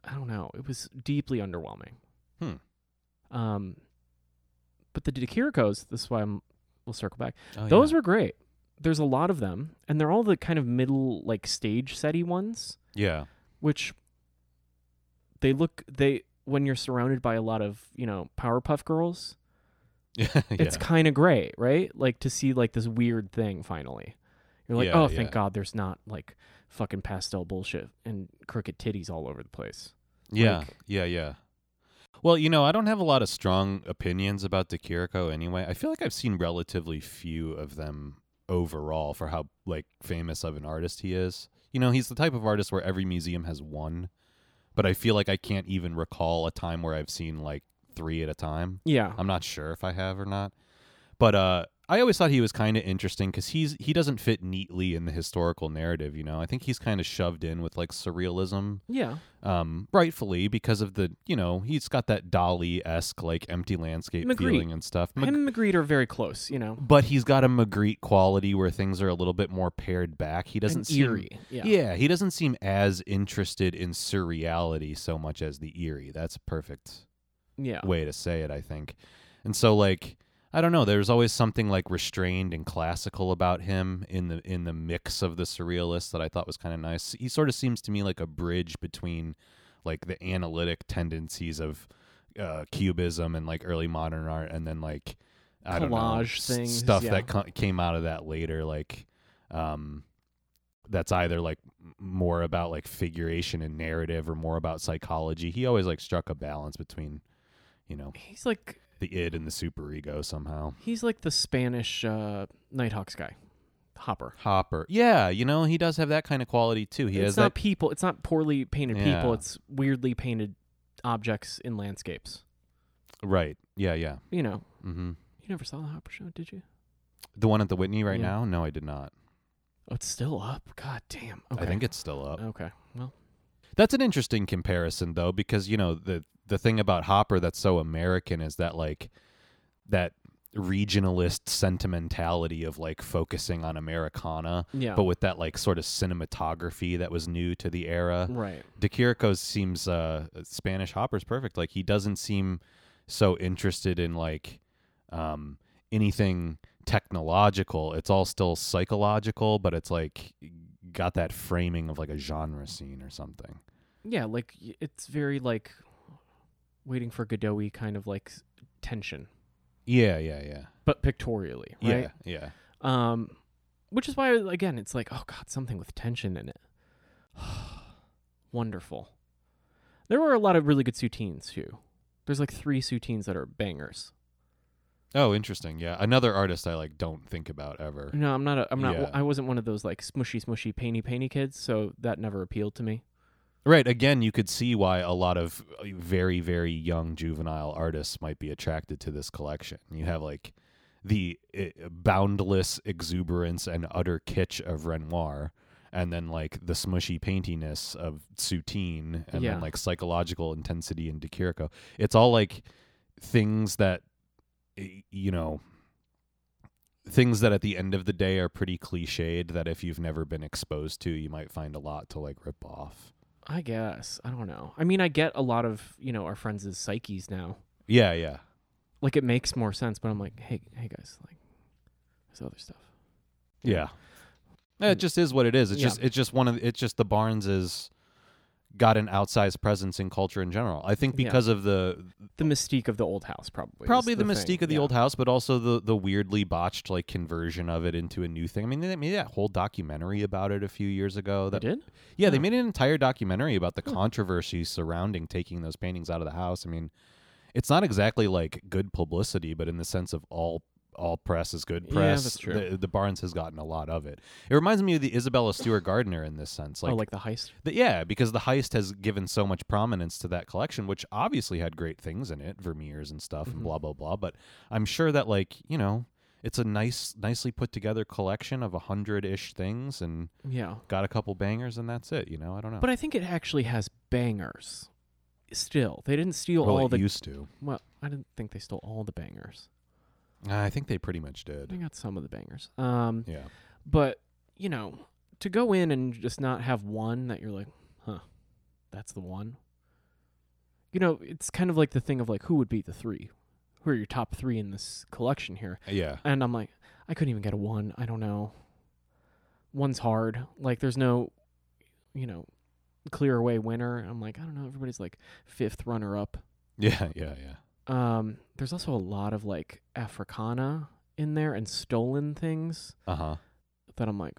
Speaker 2: I don't know, it was deeply underwhelming.
Speaker 1: Hmm.
Speaker 2: Um but the Kirikos, this is why I'm we'll circle back.
Speaker 1: Oh,
Speaker 2: Those
Speaker 1: yeah.
Speaker 2: were great. There's a lot of them, and they're all the kind of middle like stage setty ones,
Speaker 1: Yeah.
Speaker 2: which they look they when you're surrounded by a lot of, you know, Powerpuff girls,
Speaker 1: yeah.
Speaker 2: it's kind of great, right? Like to see like this weird thing finally. You're like,
Speaker 1: Yeah,
Speaker 2: oh, thank
Speaker 1: yeah.
Speaker 2: God, there's not like fucking pastel bullshit and crooked titties all over the place.
Speaker 1: Yeah,
Speaker 2: Like-
Speaker 1: yeah, yeah. Well, you know, I don't have a lot of strong opinions about the Kiriko anyway. I feel like I've seen relatively few of them overall for how like famous of an artist he is. you know, he's the type of artist where every museum has one, but I feel like I can't even recall a time where I've seen like three at a time.
Speaker 2: Yeah.
Speaker 1: I'm not sure if I have or not. But uh, I always thought he was kind of interesting because he's he doesn't fit neatly in the historical narrative. You know, I think he's kind of shoved in with like surrealism,
Speaker 2: Yeah.
Speaker 1: um, rightfully because of the you know he's got that Dali esque like empty landscape
Speaker 2: Magritte.
Speaker 1: feeling and stuff. Mag-
Speaker 2: Him and Magritte are very close, you know.
Speaker 1: but he's got a Magritte quality where things are a little bit more pared back. He doesn't
Speaker 2: and
Speaker 1: seem
Speaker 2: eerie. Yeah.
Speaker 1: yeah, he doesn't seem as interested in surreality so much as the eerie. That's a perfect
Speaker 2: Yeah.
Speaker 1: way to say it, I think. And so like I don't know, there's always something like restrained and classical about him in the in the mix of the surrealists that I thought was kind of nice. He sort of seems to me like a bridge between like the analytic tendencies of uh, cubism and like early modern art and then like I don't know
Speaker 2: Collage
Speaker 1: s-
Speaker 2: things,
Speaker 1: stuff
Speaker 2: yeah.
Speaker 1: that co- came out of that later like um that's either like m- more about like figuration and narrative or more about psychology. He always like struck a balance between you know
Speaker 2: He's like
Speaker 1: the id and the superego somehow.
Speaker 2: he's like the Spanish uh Nighthawks guy. Hopper.
Speaker 1: Hopper, yeah, you know he does have that kind of quality too. He has
Speaker 2: it's
Speaker 1: that.
Speaker 2: not people, it's not poorly painted people,
Speaker 1: Yeah.
Speaker 2: it's weirdly painted objects in landscapes.
Speaker 1: right, yeah, yeah.
Speaker 2: You know.
Speaker 1: hmm
Speaker 2: You never saw the Hopper show, did you?
Speaker 1: The one at the Whitney right
Speaker 2: Yeah.
Speaker 1: now? No, I did not.
Speaker 2: Oh, it's still up. God damn. Okay. Uh,
Speaker 1: I think it's still up.
Speaker 2: Okay. Well,
Speaker 1: That's an interesting comparison though, because you know the the thing about Hopper that's so American is that like that regionalist sentimentality of like focusing on Americana,
Speaker 2: yeah.
Speaker 1: but with that like sort of cinematography that was new to the era.
Speaker 2: right.
Speaker 1: De Quirico seems uh Spanish Hopper's perfect. Like he doesn't seem so interested in like um anything technological. It's all still psychological, but it's like got that framing of like a genre scene or something.
Speaker 2: Yeah, like y- it's very like waiting for Godot kind of like s- tension,
Speaker 1: Yeah, yeah, yeah.
Speaker 2: but pictorially, right?
Speaker 1: Yeah, yeah.
Speaker 2: Um which is why again it's like, oh god, something with tension in it. Wonderful. There were a lot of really good soutines too. There's like three soutines that are bangers.
Speaker 1: Oh, interesting. Yeah. Another artist I like don't think about ever.
Speaker 2: No, I'm not. A, I'm not.
Speaker 1: Yeah.
Speaker 2: I wasn't one of those like smushy, smushy, painty, painty kids. So that never appealed to me.
Speaker 1: Right, again, you could see why a lot of uh, very very young juvenile artists might be attracted to this collection. You have like the uh, boundless exuberance and utter kitsch of Renoir and then like the smushy paintiness of Soutine and
Speaker 2: Yeah.
Speaker 1: then like psychological intensity in De Chirico. It's all like things that y- you know things that at the end of the day are pretty cliched that if you've never been exposed to you might find a lot to like rip off
Speaker 2: I guess. I don't know. I mean, I get a lot of you know our friends' psyches now.
Speaker 1: Yeah, yeah.
Speaker 2: Like it makes more sense. But I'm like, hey, hey guys, like there's other stuff.
Speaker 1: Yeah. It just is what it is. It's
Speaker 2: Yeah.
Speaker 1: just it's just one of it's just the Barnes is got an outsized presence in culture in general. I think
Speaker 2: Yeah.
Speaker 1: because of the
Speaker 2: The mystique of the old house, probably. is
Speaker 1: probably the,
Speaker 2: thing,
Speaker 1: mystique of the
Speaker 2: yeah.
Speaker 1: old house, but also the the weirdly botched like conversion of it into a new thing. I mean, they made that whole documentary about it a few years ago.
Speaker 2: They
Speaker 1: That
Speaker 2: did.
Speaker 1: yeah, they
Speaker 2: Huh.
Speaker 1: made an entire documentary about the controversy surrounding taking those paintings out of the house. I mean, it's not exactly like good publicity, but in the sense of all all press is good
Speaker 2: Yeah,
Speaker 1: press.
Speaker 2: that's true.
Speaker 1: The, the Barnes has gotten a lot of it. It reminds me of the Isabella Stewart Gardner in this sense, like,
Speaker 2: oh, like the heist.
Speaker 1: the- yeah, because the heist has given so much prominence to that collection, which obviously had great things in it, Vermeers and stuff,
Speaker 2: Mhm.
Speaker 1: and blah blah blah. But I'm sure that like you know. It's a nice, nicely put together collection of a hundred ish things, and
Speaker 2: Yeah.
Speaker 1: got a couple bangers, and that's it. You know, I don't know.
Speaker 2: But I think it actually has bangers. Still, they didn't steal
Speaker 1: Well,
Speaker 2: all
Speaker 1: it
Speaker 2: the.
Speaker 1: used to.
Speaker 2: well, I didn't think they stole all the bangers.
Speaker 1: I think they pretty much
Speaker 2: They
Speaker 1: did.
Speaker 2: got some of the bangers. Um.
Speaker 1: Yeah.
Speaker 2: But, you know, to go in and just not have one that you're like, huh, that's the one. You know, it's kind of like the thing of like, who would be the three? Who are your top three in this collection here?
Speaker 1: Yeah.
Speaker 2: And I'm like, I couldn't even get a one. I don't know. One's hard. Like, there's no, you know, clear away winner. I'm like, I don't know. Everybody's like fifth runner up.
Speaker 1: Yeah. Yeah. Yeah.
Speaker 2: Um, there's also a lot of like Africana in there and stolen things
Speaker 1: Uh huh.
Speaker 2: that I'm like,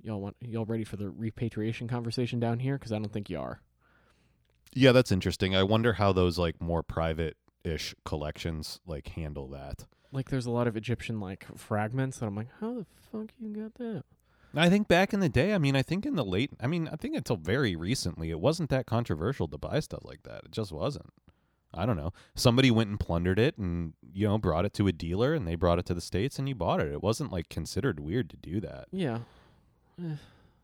Speaker 2: y'all want y'all ready for the repatriation conversation down here? Because I don't think you are.
Speaker 1: Yeah, that's interesting. I wonder how those like more private ish collections like handle that.
Speaker 2: Like, there's a lot of Egyptian like fragments that I'm like, how the fuck you got that?
Speaker 1: I think back in the day, I mean, I think in the late, I mean, I think until very recently, it wasn't that controversial to buy stuff like that. It just wasn't. I don't know. Somebody went and plundered it and, you know, brought it to a dealer and they brought it to the States and you bought it. It wasn't like considered weird to do that.
Speaker 2: Yeah.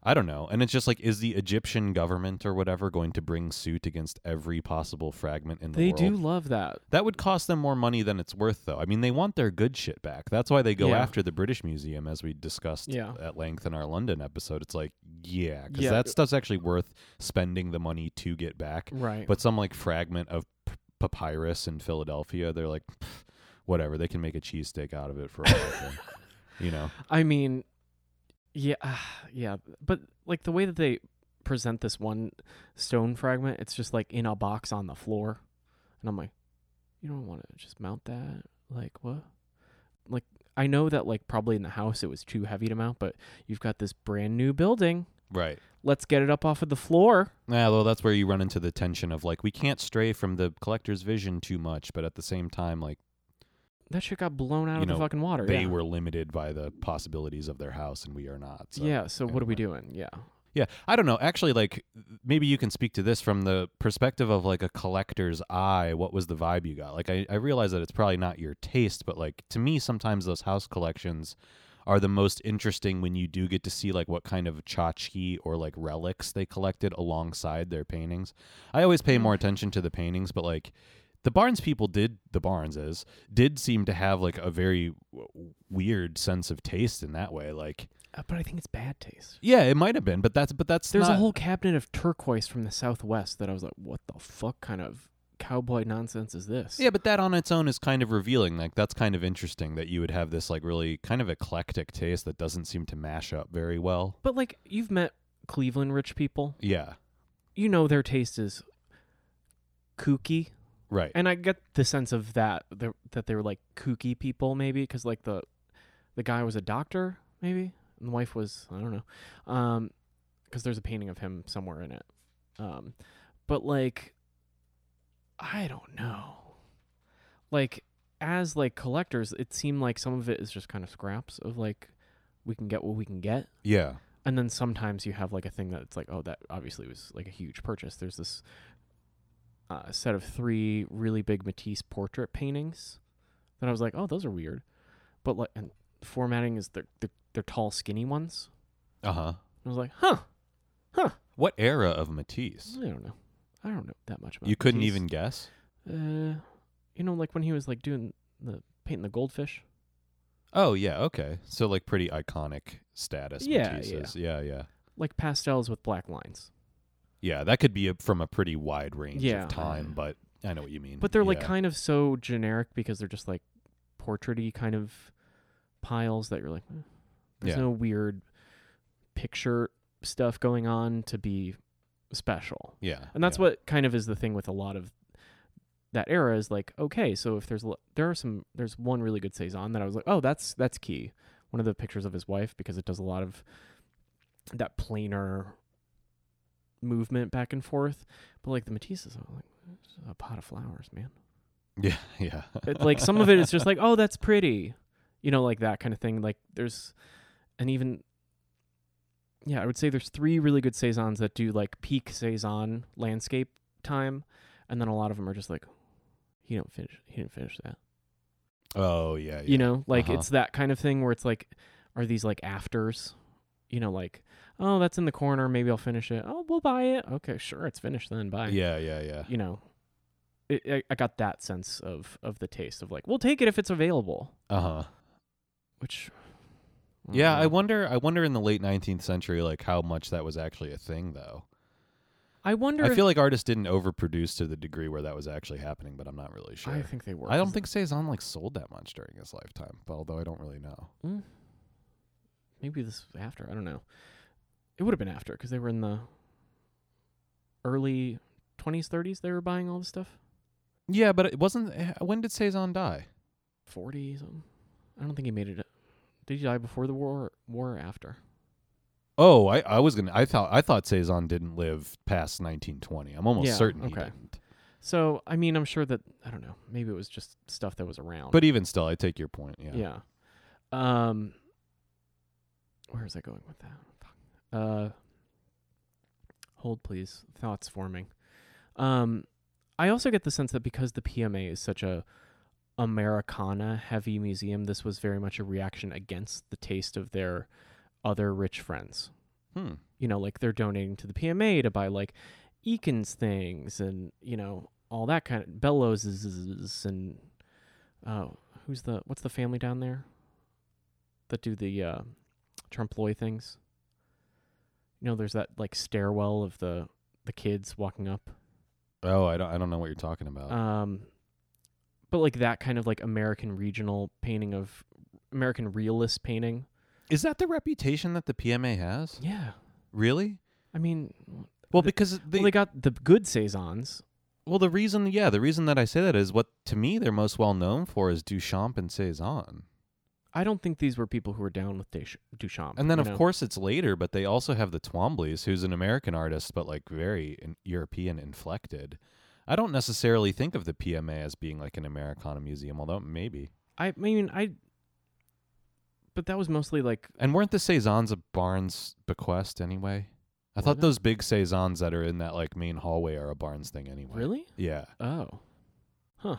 Speaker 1: I don't know. And it's just like, is the Egyptian government or whatever going to bring suit against every possible fragment in the
Speaker 2: They
Speaker 1: world?
Speaker 2: do love that.
Speaker 1: That would cost them more money than it's worth, though. I mean, they want their good shit back. That's why they go
Speaker 2: Yeah.
Speaker 1: after the British Museum, as we discussed
Speaker 2: Yeah.
Speaker 1: at length in our London episode. It's like, yeah, because
Speaker 2: Yeah.
Speaker 1: that stuff's actually worth spending the money to get back.
Speaker 2: Right.
Speaker 1: But some like fragment of p- papyrus in Philadelphia, they're like, "Pff, whatever. They can make a cheesesteak out of it for all of them. You know,
Speaker 2: I mean, yeah, yeah, but like the way that they present this one stone fragment, it's just like in a box on the floor, and I'm like, you don't want to just mount that, like what? Like I know that like probably in the house it was too heavy to mount, but you've got this brand new building.
Speaker 1: right?
Speaker 2: Let's get it up off of the floor.
Speaker 1: Yeah, well, that's where you run into the tension of like, we can't stray from the collector's vision too much, but at the same time, like.
Speaker 2: That shit got blown out
Speaker 1: You
Speaker 2: of
Speaker 1: know,
Speaker 2: the fucking water.
Speaker 1: they
Speaker 2: yeah.
Speaker 1: were limited by the possibilities of their house and we are not so
Speaker 2: yeah. So what are we
Speaker 1: anyway.
Speaker 2: doing? Yeah.
Speaker 1: yeah i don't know actually like maybe you can speak to this from the perspective of like a collector's eye what was the vibe you got like i, I realize that it's probably not your taste but like to me sometimes those house collections are the most interesting when you do get to see like what kind of tchotchke or like relics they collected alongside their paintings i always
Speaker 2: Mm.
Speaker 1: pay more attention to the paintings but like the Barnes people did the Barneses did seem to have like a very w- weird sense of taste in that way. Like,
Speaker 2: Uh, but I think it's bad taste.
Speaker 1: yeah, it might have been, but that's but that's
Speaker 2: There's a
Speaker 1: not-
Speaker 2: whole cabinet of turquoise from the Southwest that I was like, what the fuck kind of cowboy nonsense is this?
Speaker 1: Yeah, but that on its own is kind of revealing. Like that's kind of interesting that you would have this like really kind of eclectic taste that doesn't seem to mash up very well.
Speaker 2: But like, you've met Cleveland rich people.
Speaker 1: Yeah.
Speaker 2: You know their taste is kooky.
Speaker 1: Right.
Speaker 2: And I get the sense of that, they're- that they were like kooky people maybe because like the, the guy was a doctor maybe and the wife was, I don't know. Um, because there's a painting of him somewhere in it. Um, but like, I don't know. Like as like collectors, it seemed like some of it is just kind of scraps of like we can get what we can get.
Speaker 1: yeah.
Speaker 2: And then sometimes you have like a thing that's like, oh, that obviously was like a huge purchase. There's this uh, set of three really big Matisse portrait paintings that I was like, oh, those are weird. But like, and formatting is they're, they're, they're tall, skinny ones.
Speaker 1: Uh-huh.
Speaker 2: I was like, huh,
Speaker 1: What era of Matisse?
Speaker 2: I don't know. I don't know that much about
Speaker 1: You couldn't
Speaker 2: Matisse.
Speaker 1: even guess?
Speaker 2: Uh, you know, like when he was like doing the painting the goldfish.
Speaker 1: Oh, yeah, okay. So like pretty iconic status
Speaker 2: Yeah,
Speaker 1: Matisse is. Yeah, yeah.
Speaker 2: like pastels with black lines.
Speaker 1: Yeah, that could be a, from a pretty wide range
Speaker 2: Yeah.
Speaker 1: of time, but I know what you mean.
Speaker 2: But they're like
Speaker 1: Yeah.
Speaker 2: kind of so generic because they're just like portraity kind of piles that you're like, eh. there's
Speaker 1: Yeah.
Speaker 2: no weird picture stuff going on to be special.
Speaker 1: Yeah.
Speaker 2: And that's
Speaker 1: yeah.
Speaker 2: what kind of is the thing with a lot of that era is like, okay, so if there's a lo- there are some there's one really good saison that I was like, oh, that's that's key. One of the pictures of his wife because it does a lot of that planar movement back and forth. But like the Matisse's, I'm like "It's a pot of flowers, man.
Speaker 1: Yeah, yeah.
Speaker 2: It, like some of it is just like, oh, that's pretty, you know, like that kind of thing. Like there's, and even, yeah, I would say there's three really good saisons that do like peak saison landscape time, and then a lot of them are just like, he don't finish, he didn't finish that,
Speaker 1: Oh, yeah, yeah.
Speaker 2: you know, like
Speaker 1: Uh-huh.
Speaker 2: it's that kind of thing where it's like, are these like afters, you know, like, oh, that's in the corner, maybe I'll finish it. Oh, we'll buy it. Okay, sure, it's finished then. Bye
Speaker 1: Yeah, yeah, yeah.
Speaker 2: you know, it, I, I got that sense of of the taste of like, we'll take it if it's available.
Speaker 1: Uh-huh.
Speaker 2: Which, um,
Speaker 1: Yeah, I
Speaker 2: don't know.
Speaker 1: wonder. I wonder in the late nineteenth century, like how much that was actually a thing, though.
Speaker 2: I wonder.
Speaker 1: I
Speaker 2: if-
Speaker 1: feel like artists didn't overproduce to the degree where that was actually happening, but I'm not really sure.
Speaker 2: I think they were.
Speaker 1: I don't
Speaker 2: 'cause-
Speaker 1: think saison like sold that much during his lifetime, but although I don't really know.
Speaker 2: Mm. maybe this was after. I don't know. It would have been after because they were in the early 20s, 30s. They were buying all this stuff.
Speaker 1: Yeah, but it wasn't. eh, When did saison die?
Speaker 2: 40 something. I don't think he made it. uh, Did he die before the war? War or after?
Speaker 1: Oh, I, I was gonna. I thought I thought saison didn't live past 1920. I'm almost
Speaker 2: Yeah,
Speaker 1: certain he
Speaker 2: okay.
Speaker 1: didn't.
Speaker 2: So I mean, I'm sure that I don't know. Maybe it was just stuff that was around.
Speaker 1: But even still, I take your point. Yeah.
Speaker 2: Yeah. Um where is I going with that? Fuck. Uh, hold please. Thoughts forming. Um, I also get the sense that because the PMA is such a Americana heavy museum, this was very much a reaction against the taste of their other rich friends.
Speaker 1: Hmm.
Speaker 2: You know, like they're donating to the PMA to buy like Eakins things and you know all that kind of Bellows's and uh, who's the what's the family down there that do the uh, Trumploy things? You know, there's that like stairwell of the the kids walking up.
Speaker 1: Oh, I don't. I don't know what you're talking about.
Speaker 2: Um, but like that kind of like American regional painting of American realist painting.
Speaker 1: Is that the reputation that the PMA has?
Speaker 2: Yeah,
Speaker 1: Really?
Speaker 2: I mean,
Speaker 1: Well,
Speaker 2: The-
Speaker 1: because they,
Speaker 2: well, they got the good saisons.
Speaker 1: Well, the reason, yeah, the reason that I say that is what to me they're most well known for is Duchamp and Cezanne.
Speaker 2: I don't think these were people who were down with Duch- Duchamp.
Speaker 1: And then,
Speaker 2: you
Speaker 1: of
Speaker 2: know?
Speaker 1: course, it's later, but they also have the Twombleys, who's an American artist, but like very in- European inflected. I don't necessarily think of the PMA as being like an Americana museum, although maybe.
Speaker 2: I mean, I. But that was mostly like
Speaker 1: And weren't the Cezannes a Barnes bequest anyway? I
Speaker 2: Were
Speaker 1: thought
Speaker 2: they?
Speaker 1: those big Cezannes that are in that like main hallway are a Barnes thing anyway.
Speaker 2: really.
Speaker 1: Yeah.
Speaker 2: Oh, huh.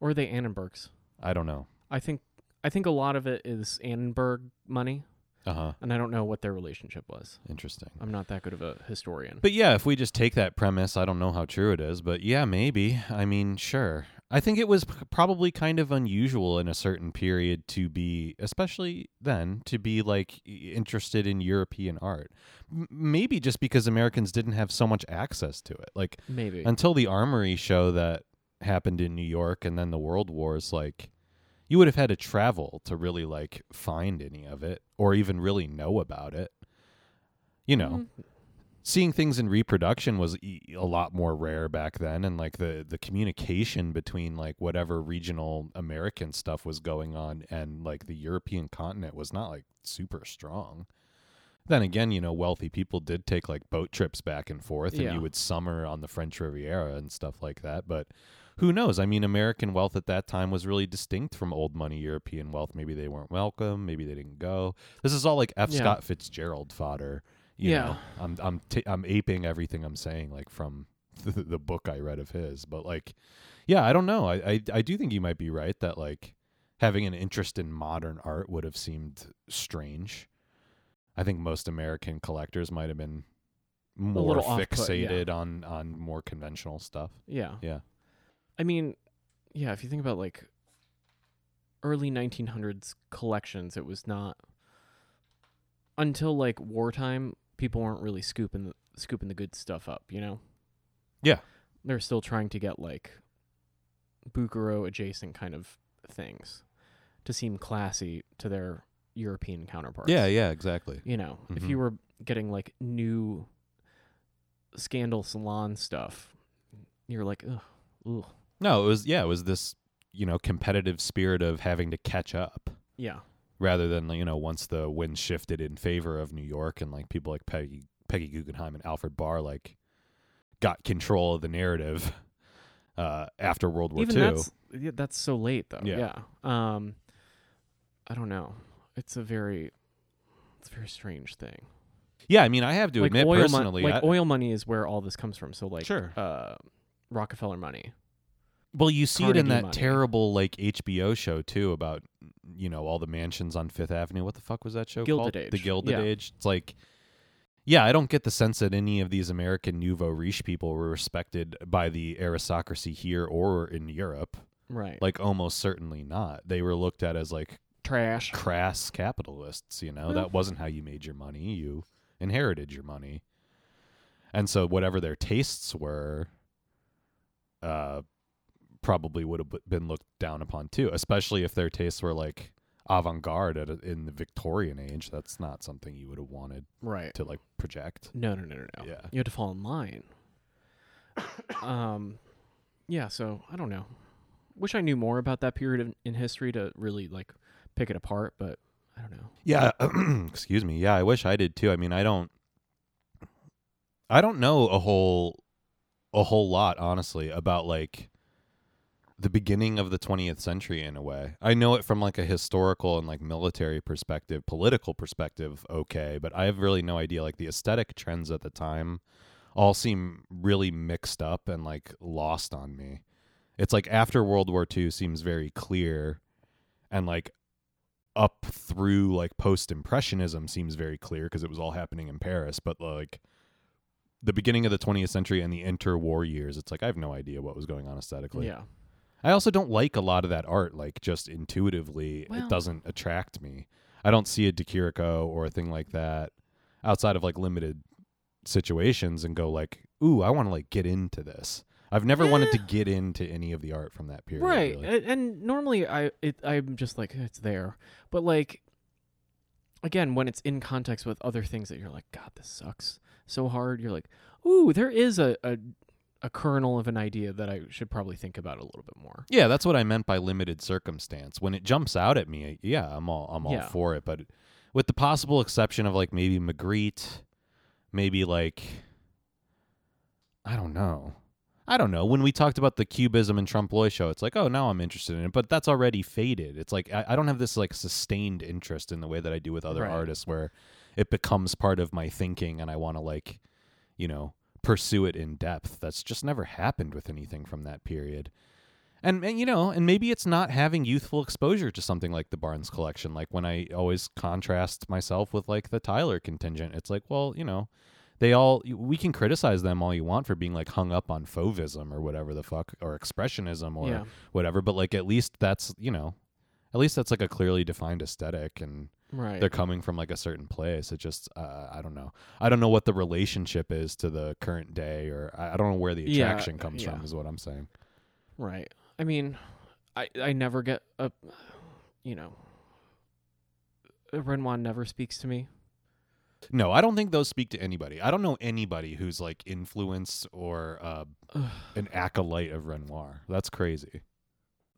Speaker 2: Or are they Annenberg's?
Speaker 1: I don't know.
Speaker 2: I think I think a lot of it is Annenberg money,
Speaker 1: Uh huh.
Speaker 2: and I don't know what their relationship was.
Speaker 1: Interesting.
Speaker 2: I'm not that good of a historian.
Speaker 1: But yeah, if we just take that premise, I don't know how true it is, but yeah, maybe. I mean, sure. I think it was p- probably kind of unusual in a certain period to be, especially then, to be like i- interested in European art. M- maybe just because Americans didn't have so much access to it. Like
Speaker 2: Maybe.
Speaker 1: until the Armory show that happened in New York and then the World Wars, like you would have had to travel to really like find any of it or even really know about it. You know,
Speaker 2: Mm,
Speaker 1: seeing things in reproduction was e- a lot more rare back then and like the the communication between like whatever regional american stuff was going on and like the european continent was not like super strong then again you know wealthy people did take like boat trips back and forth and
Speaker 2: Yeah.
Speaker 1: you would summer on the french riviera and stuff like that but who knows i mean american wealth at that time was really distinct from old money european wealth maybe they weren't welcome maybe they didn't go this is all like F.
Speaker 2: Yeah.
Speaker 1: Scott Fitzgerald fodder. You
Speaker 2: Yeah.
Speaker 1: know, I'm I'm t- I'm aping everything I'm saying like from the, the book I read of his, but like, yeah, I don't know. I, I I do think you might be right that like having an interest in modern art would have seemed strange. I think most American collectors might have been more
Speaker 2: little off-put, yeah.
Speaker 1: fixated on on more conventional stuff.
Speaker 2: yeah.
Speaker 1: Yeah.
Speaker 2: I mean, yeah. If you think about like early 1900s collections, it was not until like wartime. People weren't really scooping the, scooping the good stuff up. You know.
Speaker 1: Yeah.
Speaker 2: They're still trying to get like Bouguereau adjacent kind of things to seem classy to their European counterparts.
Speaker 1: Yeah, yeah, exactly.
Speaker 2: You know, if you
Speaker 1: Mhm.
Speaker 2: were getting like new scandal salon stuff, you're like, ugh, ugh.
Speaker 1: No, it was yeah, it was this, you know, competitive spirit of having to catch up.
Speaker 2: Yeah.
Speaker 1: rather than you know once the wind shifted in favor of New York and like people like Peggy Peggy Guggenheim and Alfred Barr like got control of the narrative uh, after World War
Speaker 2: Even
Speaker 1: II.
Speaker 2: that's yeah, that's so late though.
Speaker 1: Yeah.
Speaker 2: Yeah. Um I don't know. It's a very it's a very strange thing.
Speaker 1: yeah, I mean I have to
Speaker 2: like
Speaker 1: admit
Speaker 2: oil mon-
Speaker 1: personally,
Speaker 2: like
Speaker 1: I-
Speaker 2: oil money is where all this comes from. So like
Speaker 1: Sure.
Speaker 2: uh Rockefeller money.
Speaker 1: Well, you see it in
Speaker 2: Carnegie
Speaker 1: that
Speaker 2: money.
Speaker 1: terrible like HBO show too about you know all the mansions on Fifth Avenue. What the fuck was that show
Speaker 2: Gilded
Speaker 1: called?
Speaker 2: Age.
Speaker 1: The Gilded
Speaker 2: Yeah.
Speaker 1: Age. It's like, yeah, I don't get the sense that any of these American nouveau riche people were respected by the aristocracy here or in Europe.
Speaker 2: Right.
Speaker 1: Like almost certainly not. They were looked at as like
Speaker 2: trash.
Speaker 1: crass capitalists, you know.
Speaker 2: Well-
Speaker 1: that wasn't how you made your money. You inherited your money. And so whatever their tastes were uh probably would have been looked down upon too, especially if their tastes were like avant-garde at a, in the Victorian age. That's not something you would have wanted
Speaker 2: Right.
Speaker 1: to like project.
Speaker 2: No, no, no, no, no.
Speaker 1: Yeah.
Speaker 2: You had to fall in line. um, yeah. So I don't know. Wish I knew more about that period in, in history to really like pick it apart, but I don't know.
Speaker 1: Yeah, excuse me. Yeah, I wish I did too. I mean, I don't I don't know a whole a whole lot honestly about like the beginning of the 20th century in a way. I know it from like a historical and like military perspective, political perspective, okay, but I have really no idea like the aesthetic trends at the time all seem really mixed up and like lost on me. It's like after World War II seems very clear and like up through like post impressionism seems very clear because it was all happening in Paris, but like the beginning of the 20th century and the interwar years, it's like I have no idea what was going on aesthetically.
Speaker 2: yeah.
Speaker 1: I also don't like a lot of that art. Like just intuitively,
Speaker 2: Well-
Speaker 1: it doesn't attract me. I don't see a Dekiriko or a thing like that outside of like limited situations and go like, "Ooh, I want to like get into this." I've never wanted to get into any of the art from that period.
Speaker 2: right
Speaker 1: really.
Speaker 2: A- and normally i it, i'm just like it's there but like again when it's in context with other things that you're like god this sucks so hard you're like ooh there is a, a a kernel of an idea that i should probably think about a little bit more
Speaker 1: Yeah, that's what I meant by limited circumstance. When it jumps out at me, yeah, I'm all I'm all
Speaker 2: Yeah.
Speaker 1: for it. But with the possible exception of like maybe Magritte, maybe like I don't know. I don't know. When we talked about the cubism and Trump Loy show, it's like, oh, now I'm interested in it, but that's already faded. It's like I, I don't have this like sustained interest in the way that I do with other
Speaker 2: Right.
Speaker 1: artists, where it becomes part of my thinking, and I want to like, you know, pursue it in depth. That's just never happened with anything from that period. And, and you know, and maybe it's not having youthful exposure to something like the Barnes collection. Like when I always contrast myself with like the Tyler contingent, it's like, well, you know, they all we can criticize them all you want for being like hung up on fauvism or whatever the fuck or expressionism or
Speaker 2: Yeah.
Speaker 1: whatever, but like at least that's, you know, at least that's like a clearly defined aesthetic and
Speaker 2: right
Speaker 1: they're coming from like a certain place. It just uh, I don't know. I don't know what the relationship is to the current day, or I, I don't know where the
Speaker 2: Yeah,
Speaker 1: attraction comes
Speaker 2: yeah.
Speaker 1: from. Is what I'm saying.
Speaker 2: right i mean i i never get a you know renwan never speaks to me
Speaker 1: No, I don't think those speak to anybody. I don't know anybody who's like influenced or uh,
Speaker 2: Ugh.
Speaker 1: an acolyte of Renoir. That's crazy.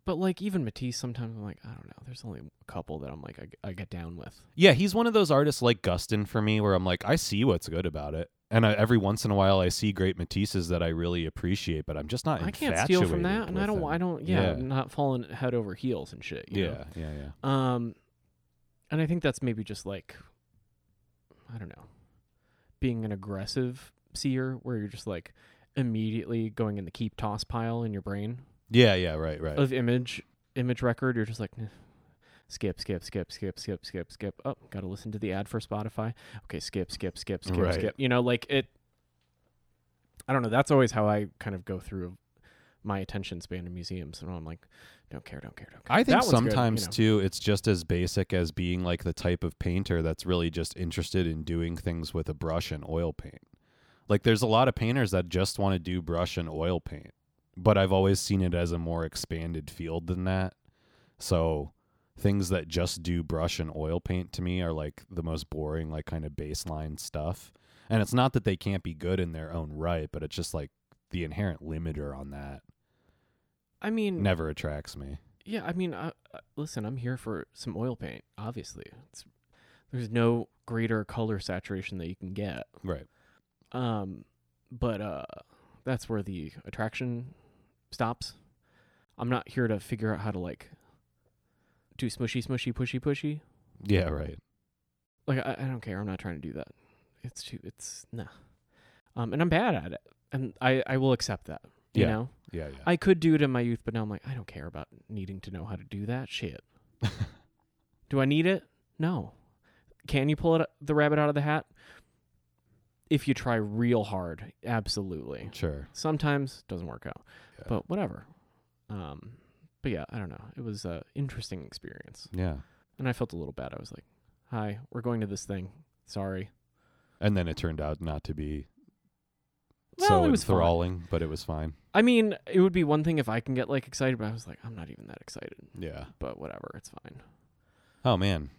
Speaker 2: but like even matisse sometimes i'm like i don't know there's only a couple that i'm like i, I get down with
Speaker 1: Yeah, he's one of those artists like Gustin for me, where I'm like, I see what's good about it. And I, every once in a while, I see great Matisses that I really appreciate, but I'm just not.
Speaker 2: I can't steal
Speaker 1: infatuated
Speaker 2: from that, and I
Speaker 1: with
Speaker 2: don't.
Speaker 1: them.
Speaker 2: I don't. Yeah,
Speaker 1: Yeah.
Speaker 2: I'm not falling head over heels and shit. you
Speaker 1: Yeah, yeah, yeah.
Speaker 2: know? Um, and I think that's maybe just like, I don't know, being an aggressive seer where you're just like immediately going in the keep toss pile in your brain
Speaker 1: Yeah, yeah. Right, right.
Speaker 2: of image image record. You're just like. "Nah. Skip, skip, skip, skip, skip, skip, skip. Oh, got to listen to the ad for Spotify. Okay, skip, skip, skip, skip,
Speaker 1: Right.
Speaker 2: skip. You know, like it. I don't know. That's always how I kind of go through my attention span in museums, and I'm like, don't care, don't care, don't care.
Speaker 1: I think
Speaker 2: That one's good, you
Speaker 1: sometimes
Speaker 2: know.
Speaker 1: too, it's just as basic as being like the type of painter that's really just interested in doing things with a brush and oil paint. Like there's a lot of painters that just want to do brush and oil paint, but I've always seen it as a more expanded field than that. So things that just do brush and oil paint to me are like the most boring, like kind of baseline stuff. And it's not that they can't be good in their own right, but it's just like the inherent limiter on that
Speaker 2: I mean,
Speaker 1: never attracts me.
Speaker 2: yeah. I mean, I, I, listen, I'm here for some oil paint. Obviously, it's, there's no greater color saturation that you can get.
Speaker 1: Right.
Speaker 2: Um, but uh, that's where the attraction stops. I'm not here to figure out how to like do smushy, smushy, pushy, pushy.
Speaker 1: Yeah, right.
Speaker 2: Like I, I don't care. I'm not trying to do that. It's too. It's nah. Um, and I'm bad at it, and I I will accept that. You
Speaker 1: Yeah.
Speaker 2: know,
Speaker 1: Yeah, yeah.
Speaker 2: I could do it in my youth, but now I'm like, I don't care about needing to know how to do that shit. do I need it? No. Can you pull it the rabbit out of the hat? If you try real hard, absolutely.
Speaker 1: Sure.
Speaker 2: Sometimes doesn't work out,
Speaker 1: Yeah.
Speaker 2: but whatever. Um, but yeah, I don't know. It was a interesting experience,
Speaker 1: Yeah.
Speaker 2: and I felt a little bad. I was like, "Hi, we're going to this thing. Sorry."
Speaker 1: And then it turned out not to be
Speaker 2: Well,
Speaker 1: so
Speaker 2: it was fun.
Speaker 1: enthralling, but it was fine.
Speaker 2: I mean, it would be one thing if I can get like excited, but I was like, "I'm not even that excited."
Speaker 1: Yeah.
Speaker 2: But whatever, it's fine.
Speaker 1: Oh man.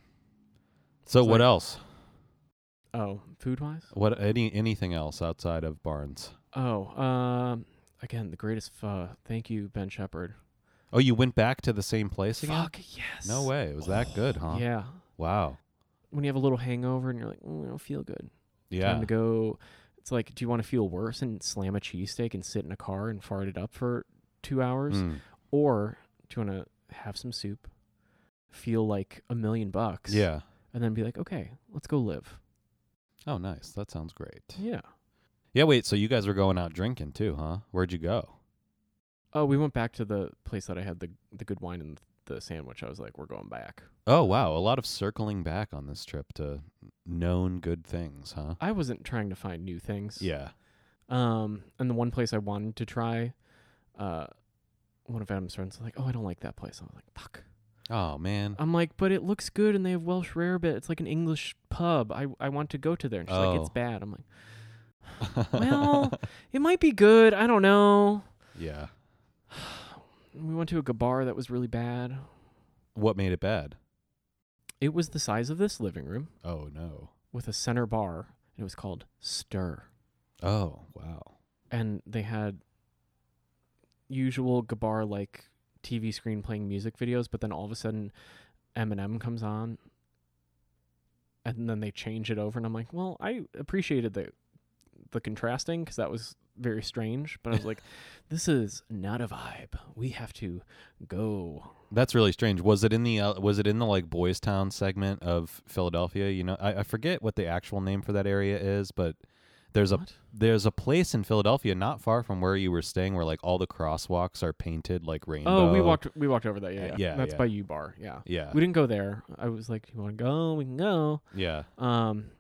Speaker 1: So
Speaker 2: It's
Speaker 1: what
Speaker 2: like-
Speaker 1: else?
Speaker 2: Oh, food wise?
Speaker 1: What any anything else outside of Barnes?
Speaker 2: Oh, um, again, the greatest. F- uh, thank you, Ben Shepard.
Speaker 1: Oh, you went back to the same place again?
Speaker 2: Fuck yes.
Speaker 1: No way. It was that good, huh?
Speaker 2: Yeah.
Speaker 1: Wow.
Speaker 2: When you have a little hangover and you're like, mm, I don't feel good.
Speaker 1: Yeah.
Speaker 2: Time to go. It's like, do you want to feel worse and slam a cheesesteak and sit in a car and fart it up for two hours,
Speaker 1: Mm.
Speaker 2: Or do you want to have some soup, feel like a million bucks,
Speaker 1: Yeah.
Speaker 2: and then be like, okay, let's go live.
Speaker 1: Oh, nice. That sounds great.
Speaker 2: Yeah.
Speaker 1: Yeah. Wait. So you guys were going out drinking too, huh? Where'd you go?
Speaker 2: Oh, we went back to the place that I had the the good wine and the sandwich. I was like, we're going back.
Speaker 1: Oh, wow. A lot of circling back on this trip to known good things, huh?
Speaker 2: I wasn't trying to find new things.
Speaker 1: Yeah.
Speaker 2: Um, and the one place I wanted to try, uh, one of Adam's friends was like, "Oh, I don't like that place." I was like, "Fuck."
Speaker 1: Oh man.
Speaker 2: I'm like, "But it looks good, and they have Welsh rarebit. It's like an English pub. I I want to go to there." And she's like, "It's
Speaker 1: Oh.
Speaker 2: bad." I'm like, "Well, it might be good. I don't know."
Speaker 1: yeah.
Speaker 2: We went to a bar that was really bad.
Speaker 1: What made it bad?
Speaker 2: It was the size of this living room
Speaker 1: Oh no.
Speaker 2: with a center bar, and it was called Stir.
Speaker 1: Oh wow.
Speaker 2: and they had usual Gabar like TV screen playing music videos, but then all of a sudden Eminem comes on, and then they change it over, and I'm like, well, I appreciated the the contrasting because that was very strange, but I was like, this is not a vibe. We have to go.
Speaker 1: That's really strange. Was it in the uh, was it in the like Boys Town segment of Philadelphia? You know, I, I forget what the actual name for that area is, but there's a
Speaker 2: What?
Speaker 1: there's a place in Philadelphia not far from where you were staying where like all the crosswalks are painted like rainbow.
Speaker 2: Oh, we walked we walked over that. Yeah,
Speaker 1: Yeah,
Speaker 2: yeah.
Speaker 1: yeah,
Speaker 2: that's
Speaker 1: yeah.
Speaker 2: by U Bar. Yeah.
Speaker 1: Yeah,
Speaker 2: we didn't go there. I was like, you want to go? We can go.
Speaker 1: yeah,
Speaker 2: Um,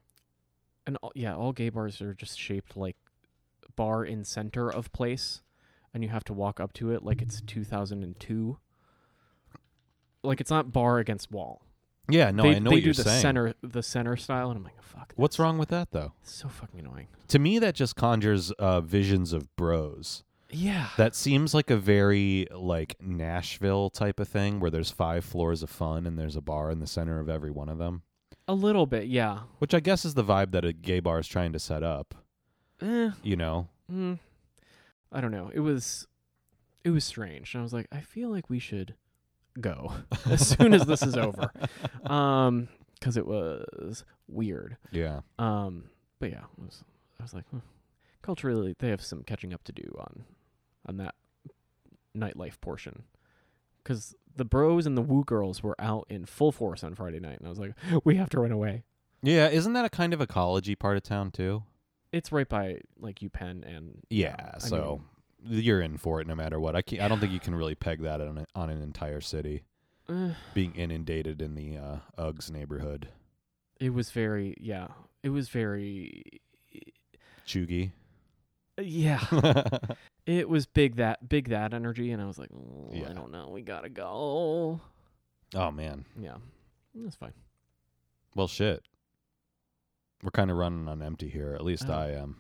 Speaker 2: and all, yeah, all gay bars are just shaped like bar in center of place, and you have to walk up to it like it's 2002. Like it's not bar against wall.
Speaker 1: yeah. No,
Speaker 2: they,
Speaker 1: I know
Speaker 2: they
Speaker 1: what
Speaker 2: do
Speaker 1: you're
Speaker 2: the
Speaker 1: saying.
Speaker 2: center, the center style, and I'm like, fuck.
Speaker 1: What's
Speaker 2: that's
Speaker 1: wrong with that though?
Speaker 2: So fucking annoying.
Speaker 1: To me, that just conjures uh, visions of bros.
Speaker 2: Yeah.
Speaker 1: That seems like a very like Nashville type of thing where there's five floors of fun and there's a bar in the center of every one of them.
Speaker 2: A little bit, yeah.
Speaker 1: Which I guess is the vibe that a gay bar is trying to set up,
Speaker 2: Eh,
Speaker 1: you know?
Speaker 2: mm, I don't know. It was, it was strange. And I was like, I feel like we should go as soon as this is over, um, because it was weird.
Speaker 1: Yeah.
Speaker 2: Um, but yeah, I was, I was like, hmm. culturally, they have some catching up to do on on that nightlife portion, because the bros and the woo girls were out in full force on Friday night, and I was like, we have to run away.
Speaker 1: Yeah, isn't that a kind of ecology part of town too?
Speaker 2: It's right by like UPenn and
Speaker 1: Yeah,
Speaker 2: I
Speaker 1: so you're in for it no matter what. I can I don't think you can really peg that on, a, on an entire city
Speaker 2: mean, eh,
Speaker 1: being inundated in the uh, Uggs neighborhood.
Speaker 2: it was very yeah, it was very
Speaker 1: Chugi.
Speaker 2: yeah,
Speaker 1: yeah.
Speaker 2: it was big that big that energy, and I was like, "Mm,
Speaker 1: Yeah.
Speaker 2: I don't know, we gotta go.
Speaker 1: Oh man.
Speaker 2: Yeah, that's fine.
Speaker 1: Well, shit. We're kind of running on empty here. At least
Speaker 2: Oh.
Speaker 1: I am.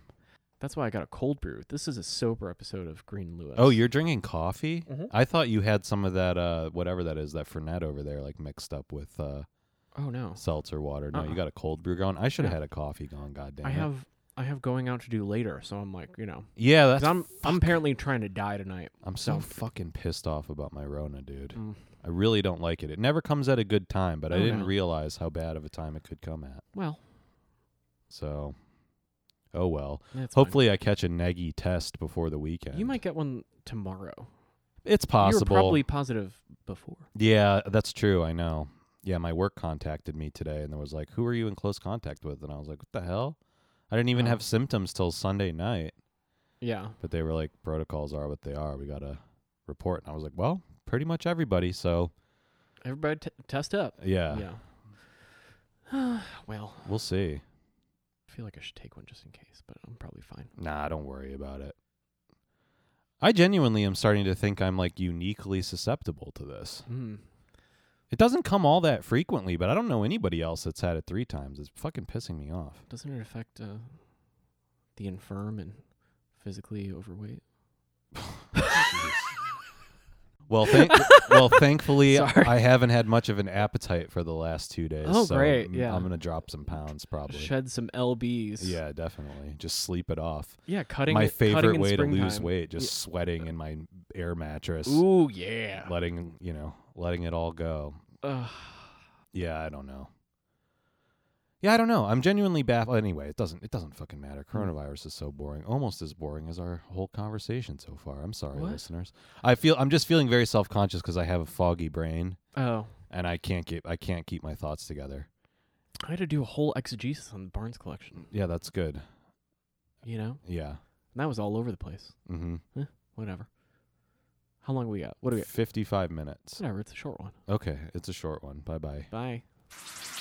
Speaker 2: That's why I got a cold brew. This is a sober episode of Green Lewis.
Speaker 1: Oh, you're drinking coffee?
Speaker 2: Mhm.
Speaker 1: I thought you had some of that uh whatever that is, that Fernet over there like mixed up with uh
Speaker 2: Oh no,
Speaker 1: seltzer water. No,
Speaker 2: Uh-uh.
Speaker 1: you got a cold brew going. I should have
Speaker 2: Yeah.
Speaker 1: had a coffee going, goddamn.
Speaker 2: I
Speaker 1: it.
Speaker 2: have I have going out to do later, so I'm like, you know,
Speaker 1: Yeah, that's
Speaker 2: 'Cause I'm I'm apparently trying to die tonight.
Speaker 1: I'm so
Speaker 2: No.
Speaker 1: fucking pissed off about my Rona, dude.
Speaker 2: Mm.
Speaker 1: I really don't like it. It never comes at a good time, but I
Speaker 2: Oh,
Speaker 1: didn't
Speaker 2: no.
Speaker 1: realize how bad of a time it could come at.
Speaker 2: Well,
Speaker 1: So, oh well.
Speaker 2: that's fine.
Speaker 1: Hopefully, I catch a neggy test before the weekend.
Speaker 2: you might get one tomorrow.
Speaker 1: It's
Speaker 2: You were
Speaker 1: possible.
Speaker 2: probably positive before.
Speaker 1: Yeah, that's true. I know. Yeah, my work contacted me today and there was like, "Who are you in close contact with?" And I was like, "What the hell?" I didn't even
Speaker 2: Oh.
Speaker 1: have symptoms till Sunday night,
Speaker 2: Yeah,
Speaker 1: but they were like, "Protocols are what they are. We got to report." And I was like, "Well, pretty much everybody." So,
Speaker 2: everybody t- test up.
Speaker 1: yeah,
Speaker 2: Yeah. well,
Speaker 1: we'll see.
Speaker 2: I feel like I should take one just in case, but I'm probably fine.
Speaker 1: Nah, don't worry about it. I genuinely am starting to think I'm like uniquely susceptible to this.
Speaker 2: Mm.
Speaker 1: It doesn't come all that frequently, but I don't know anybody else that's had it 3 times. It's fucking pissing me off.
Speaker 2: Doesn't it affect uh, the infirm and physically overweight?
Speaker 1: Well, thank- well, thankfully,
Speaker 2: Sorry.
Speaker 1: I haven't had much of an appetite for the last two days.
Speaker 2: Oh,
Speaker 1: so
Speaker 2: great,
Speaker 1: I'm-
Speaker 2: yeah.
Speaker 1: I'm gonna drop some pounds probably.
Speaker 2: Shed some lbs.
Speaker 1: Yeah, definitely. Just sleep it off.
Speaker 2: Yeah, cutting
Speaker 1: my
Speaker 2: it- cutting
Speaker 1: favorite
Speaker 2: in
Speaker 1: way to lose
Speaker 2: springtime.
Speaker 1: weight, just sweating in my air mattress,
Speaker 2: Ooh yeah.
Speaker 1: letting you know, letting it all go.
Speaker 2: Ugh.
Speaker 1: Yeah, I don't know. Yeah, I don't know. I'm genuinely baffled. Anyway, it doesn't it doesn't fucking matter.
Speaker 2: Hmm.
Speaker 1: Coronavirus is so boring, almost as boring as our whole conversation so far. I'm sorry,
Speaker 2: What?
Speaker 1: listeners. I feel I'm just feeling very self conscious because I have a foggy brain
Speaker 2: Oh,
Speaker 1: and I can't get I can't keep my thoughts together.
Speaker 2: I had to do a whole exegesis on the Barnes collection.
Speaker 1: Yeah, that's good.
Speaker 2: You know,
Speaker 1: Yeah.
Speaker 2: and that was all over the place.
Speaker 1: Mm-hmm.
Speaker 2: Whatever. How long we got? What do we got?
Speaker 1: Fifty five minutes.
Speaker 2: Whatever. It's a short one.
Speaker 1: Okay, it's a short one. Bye bye.
Speaker 2: Bye.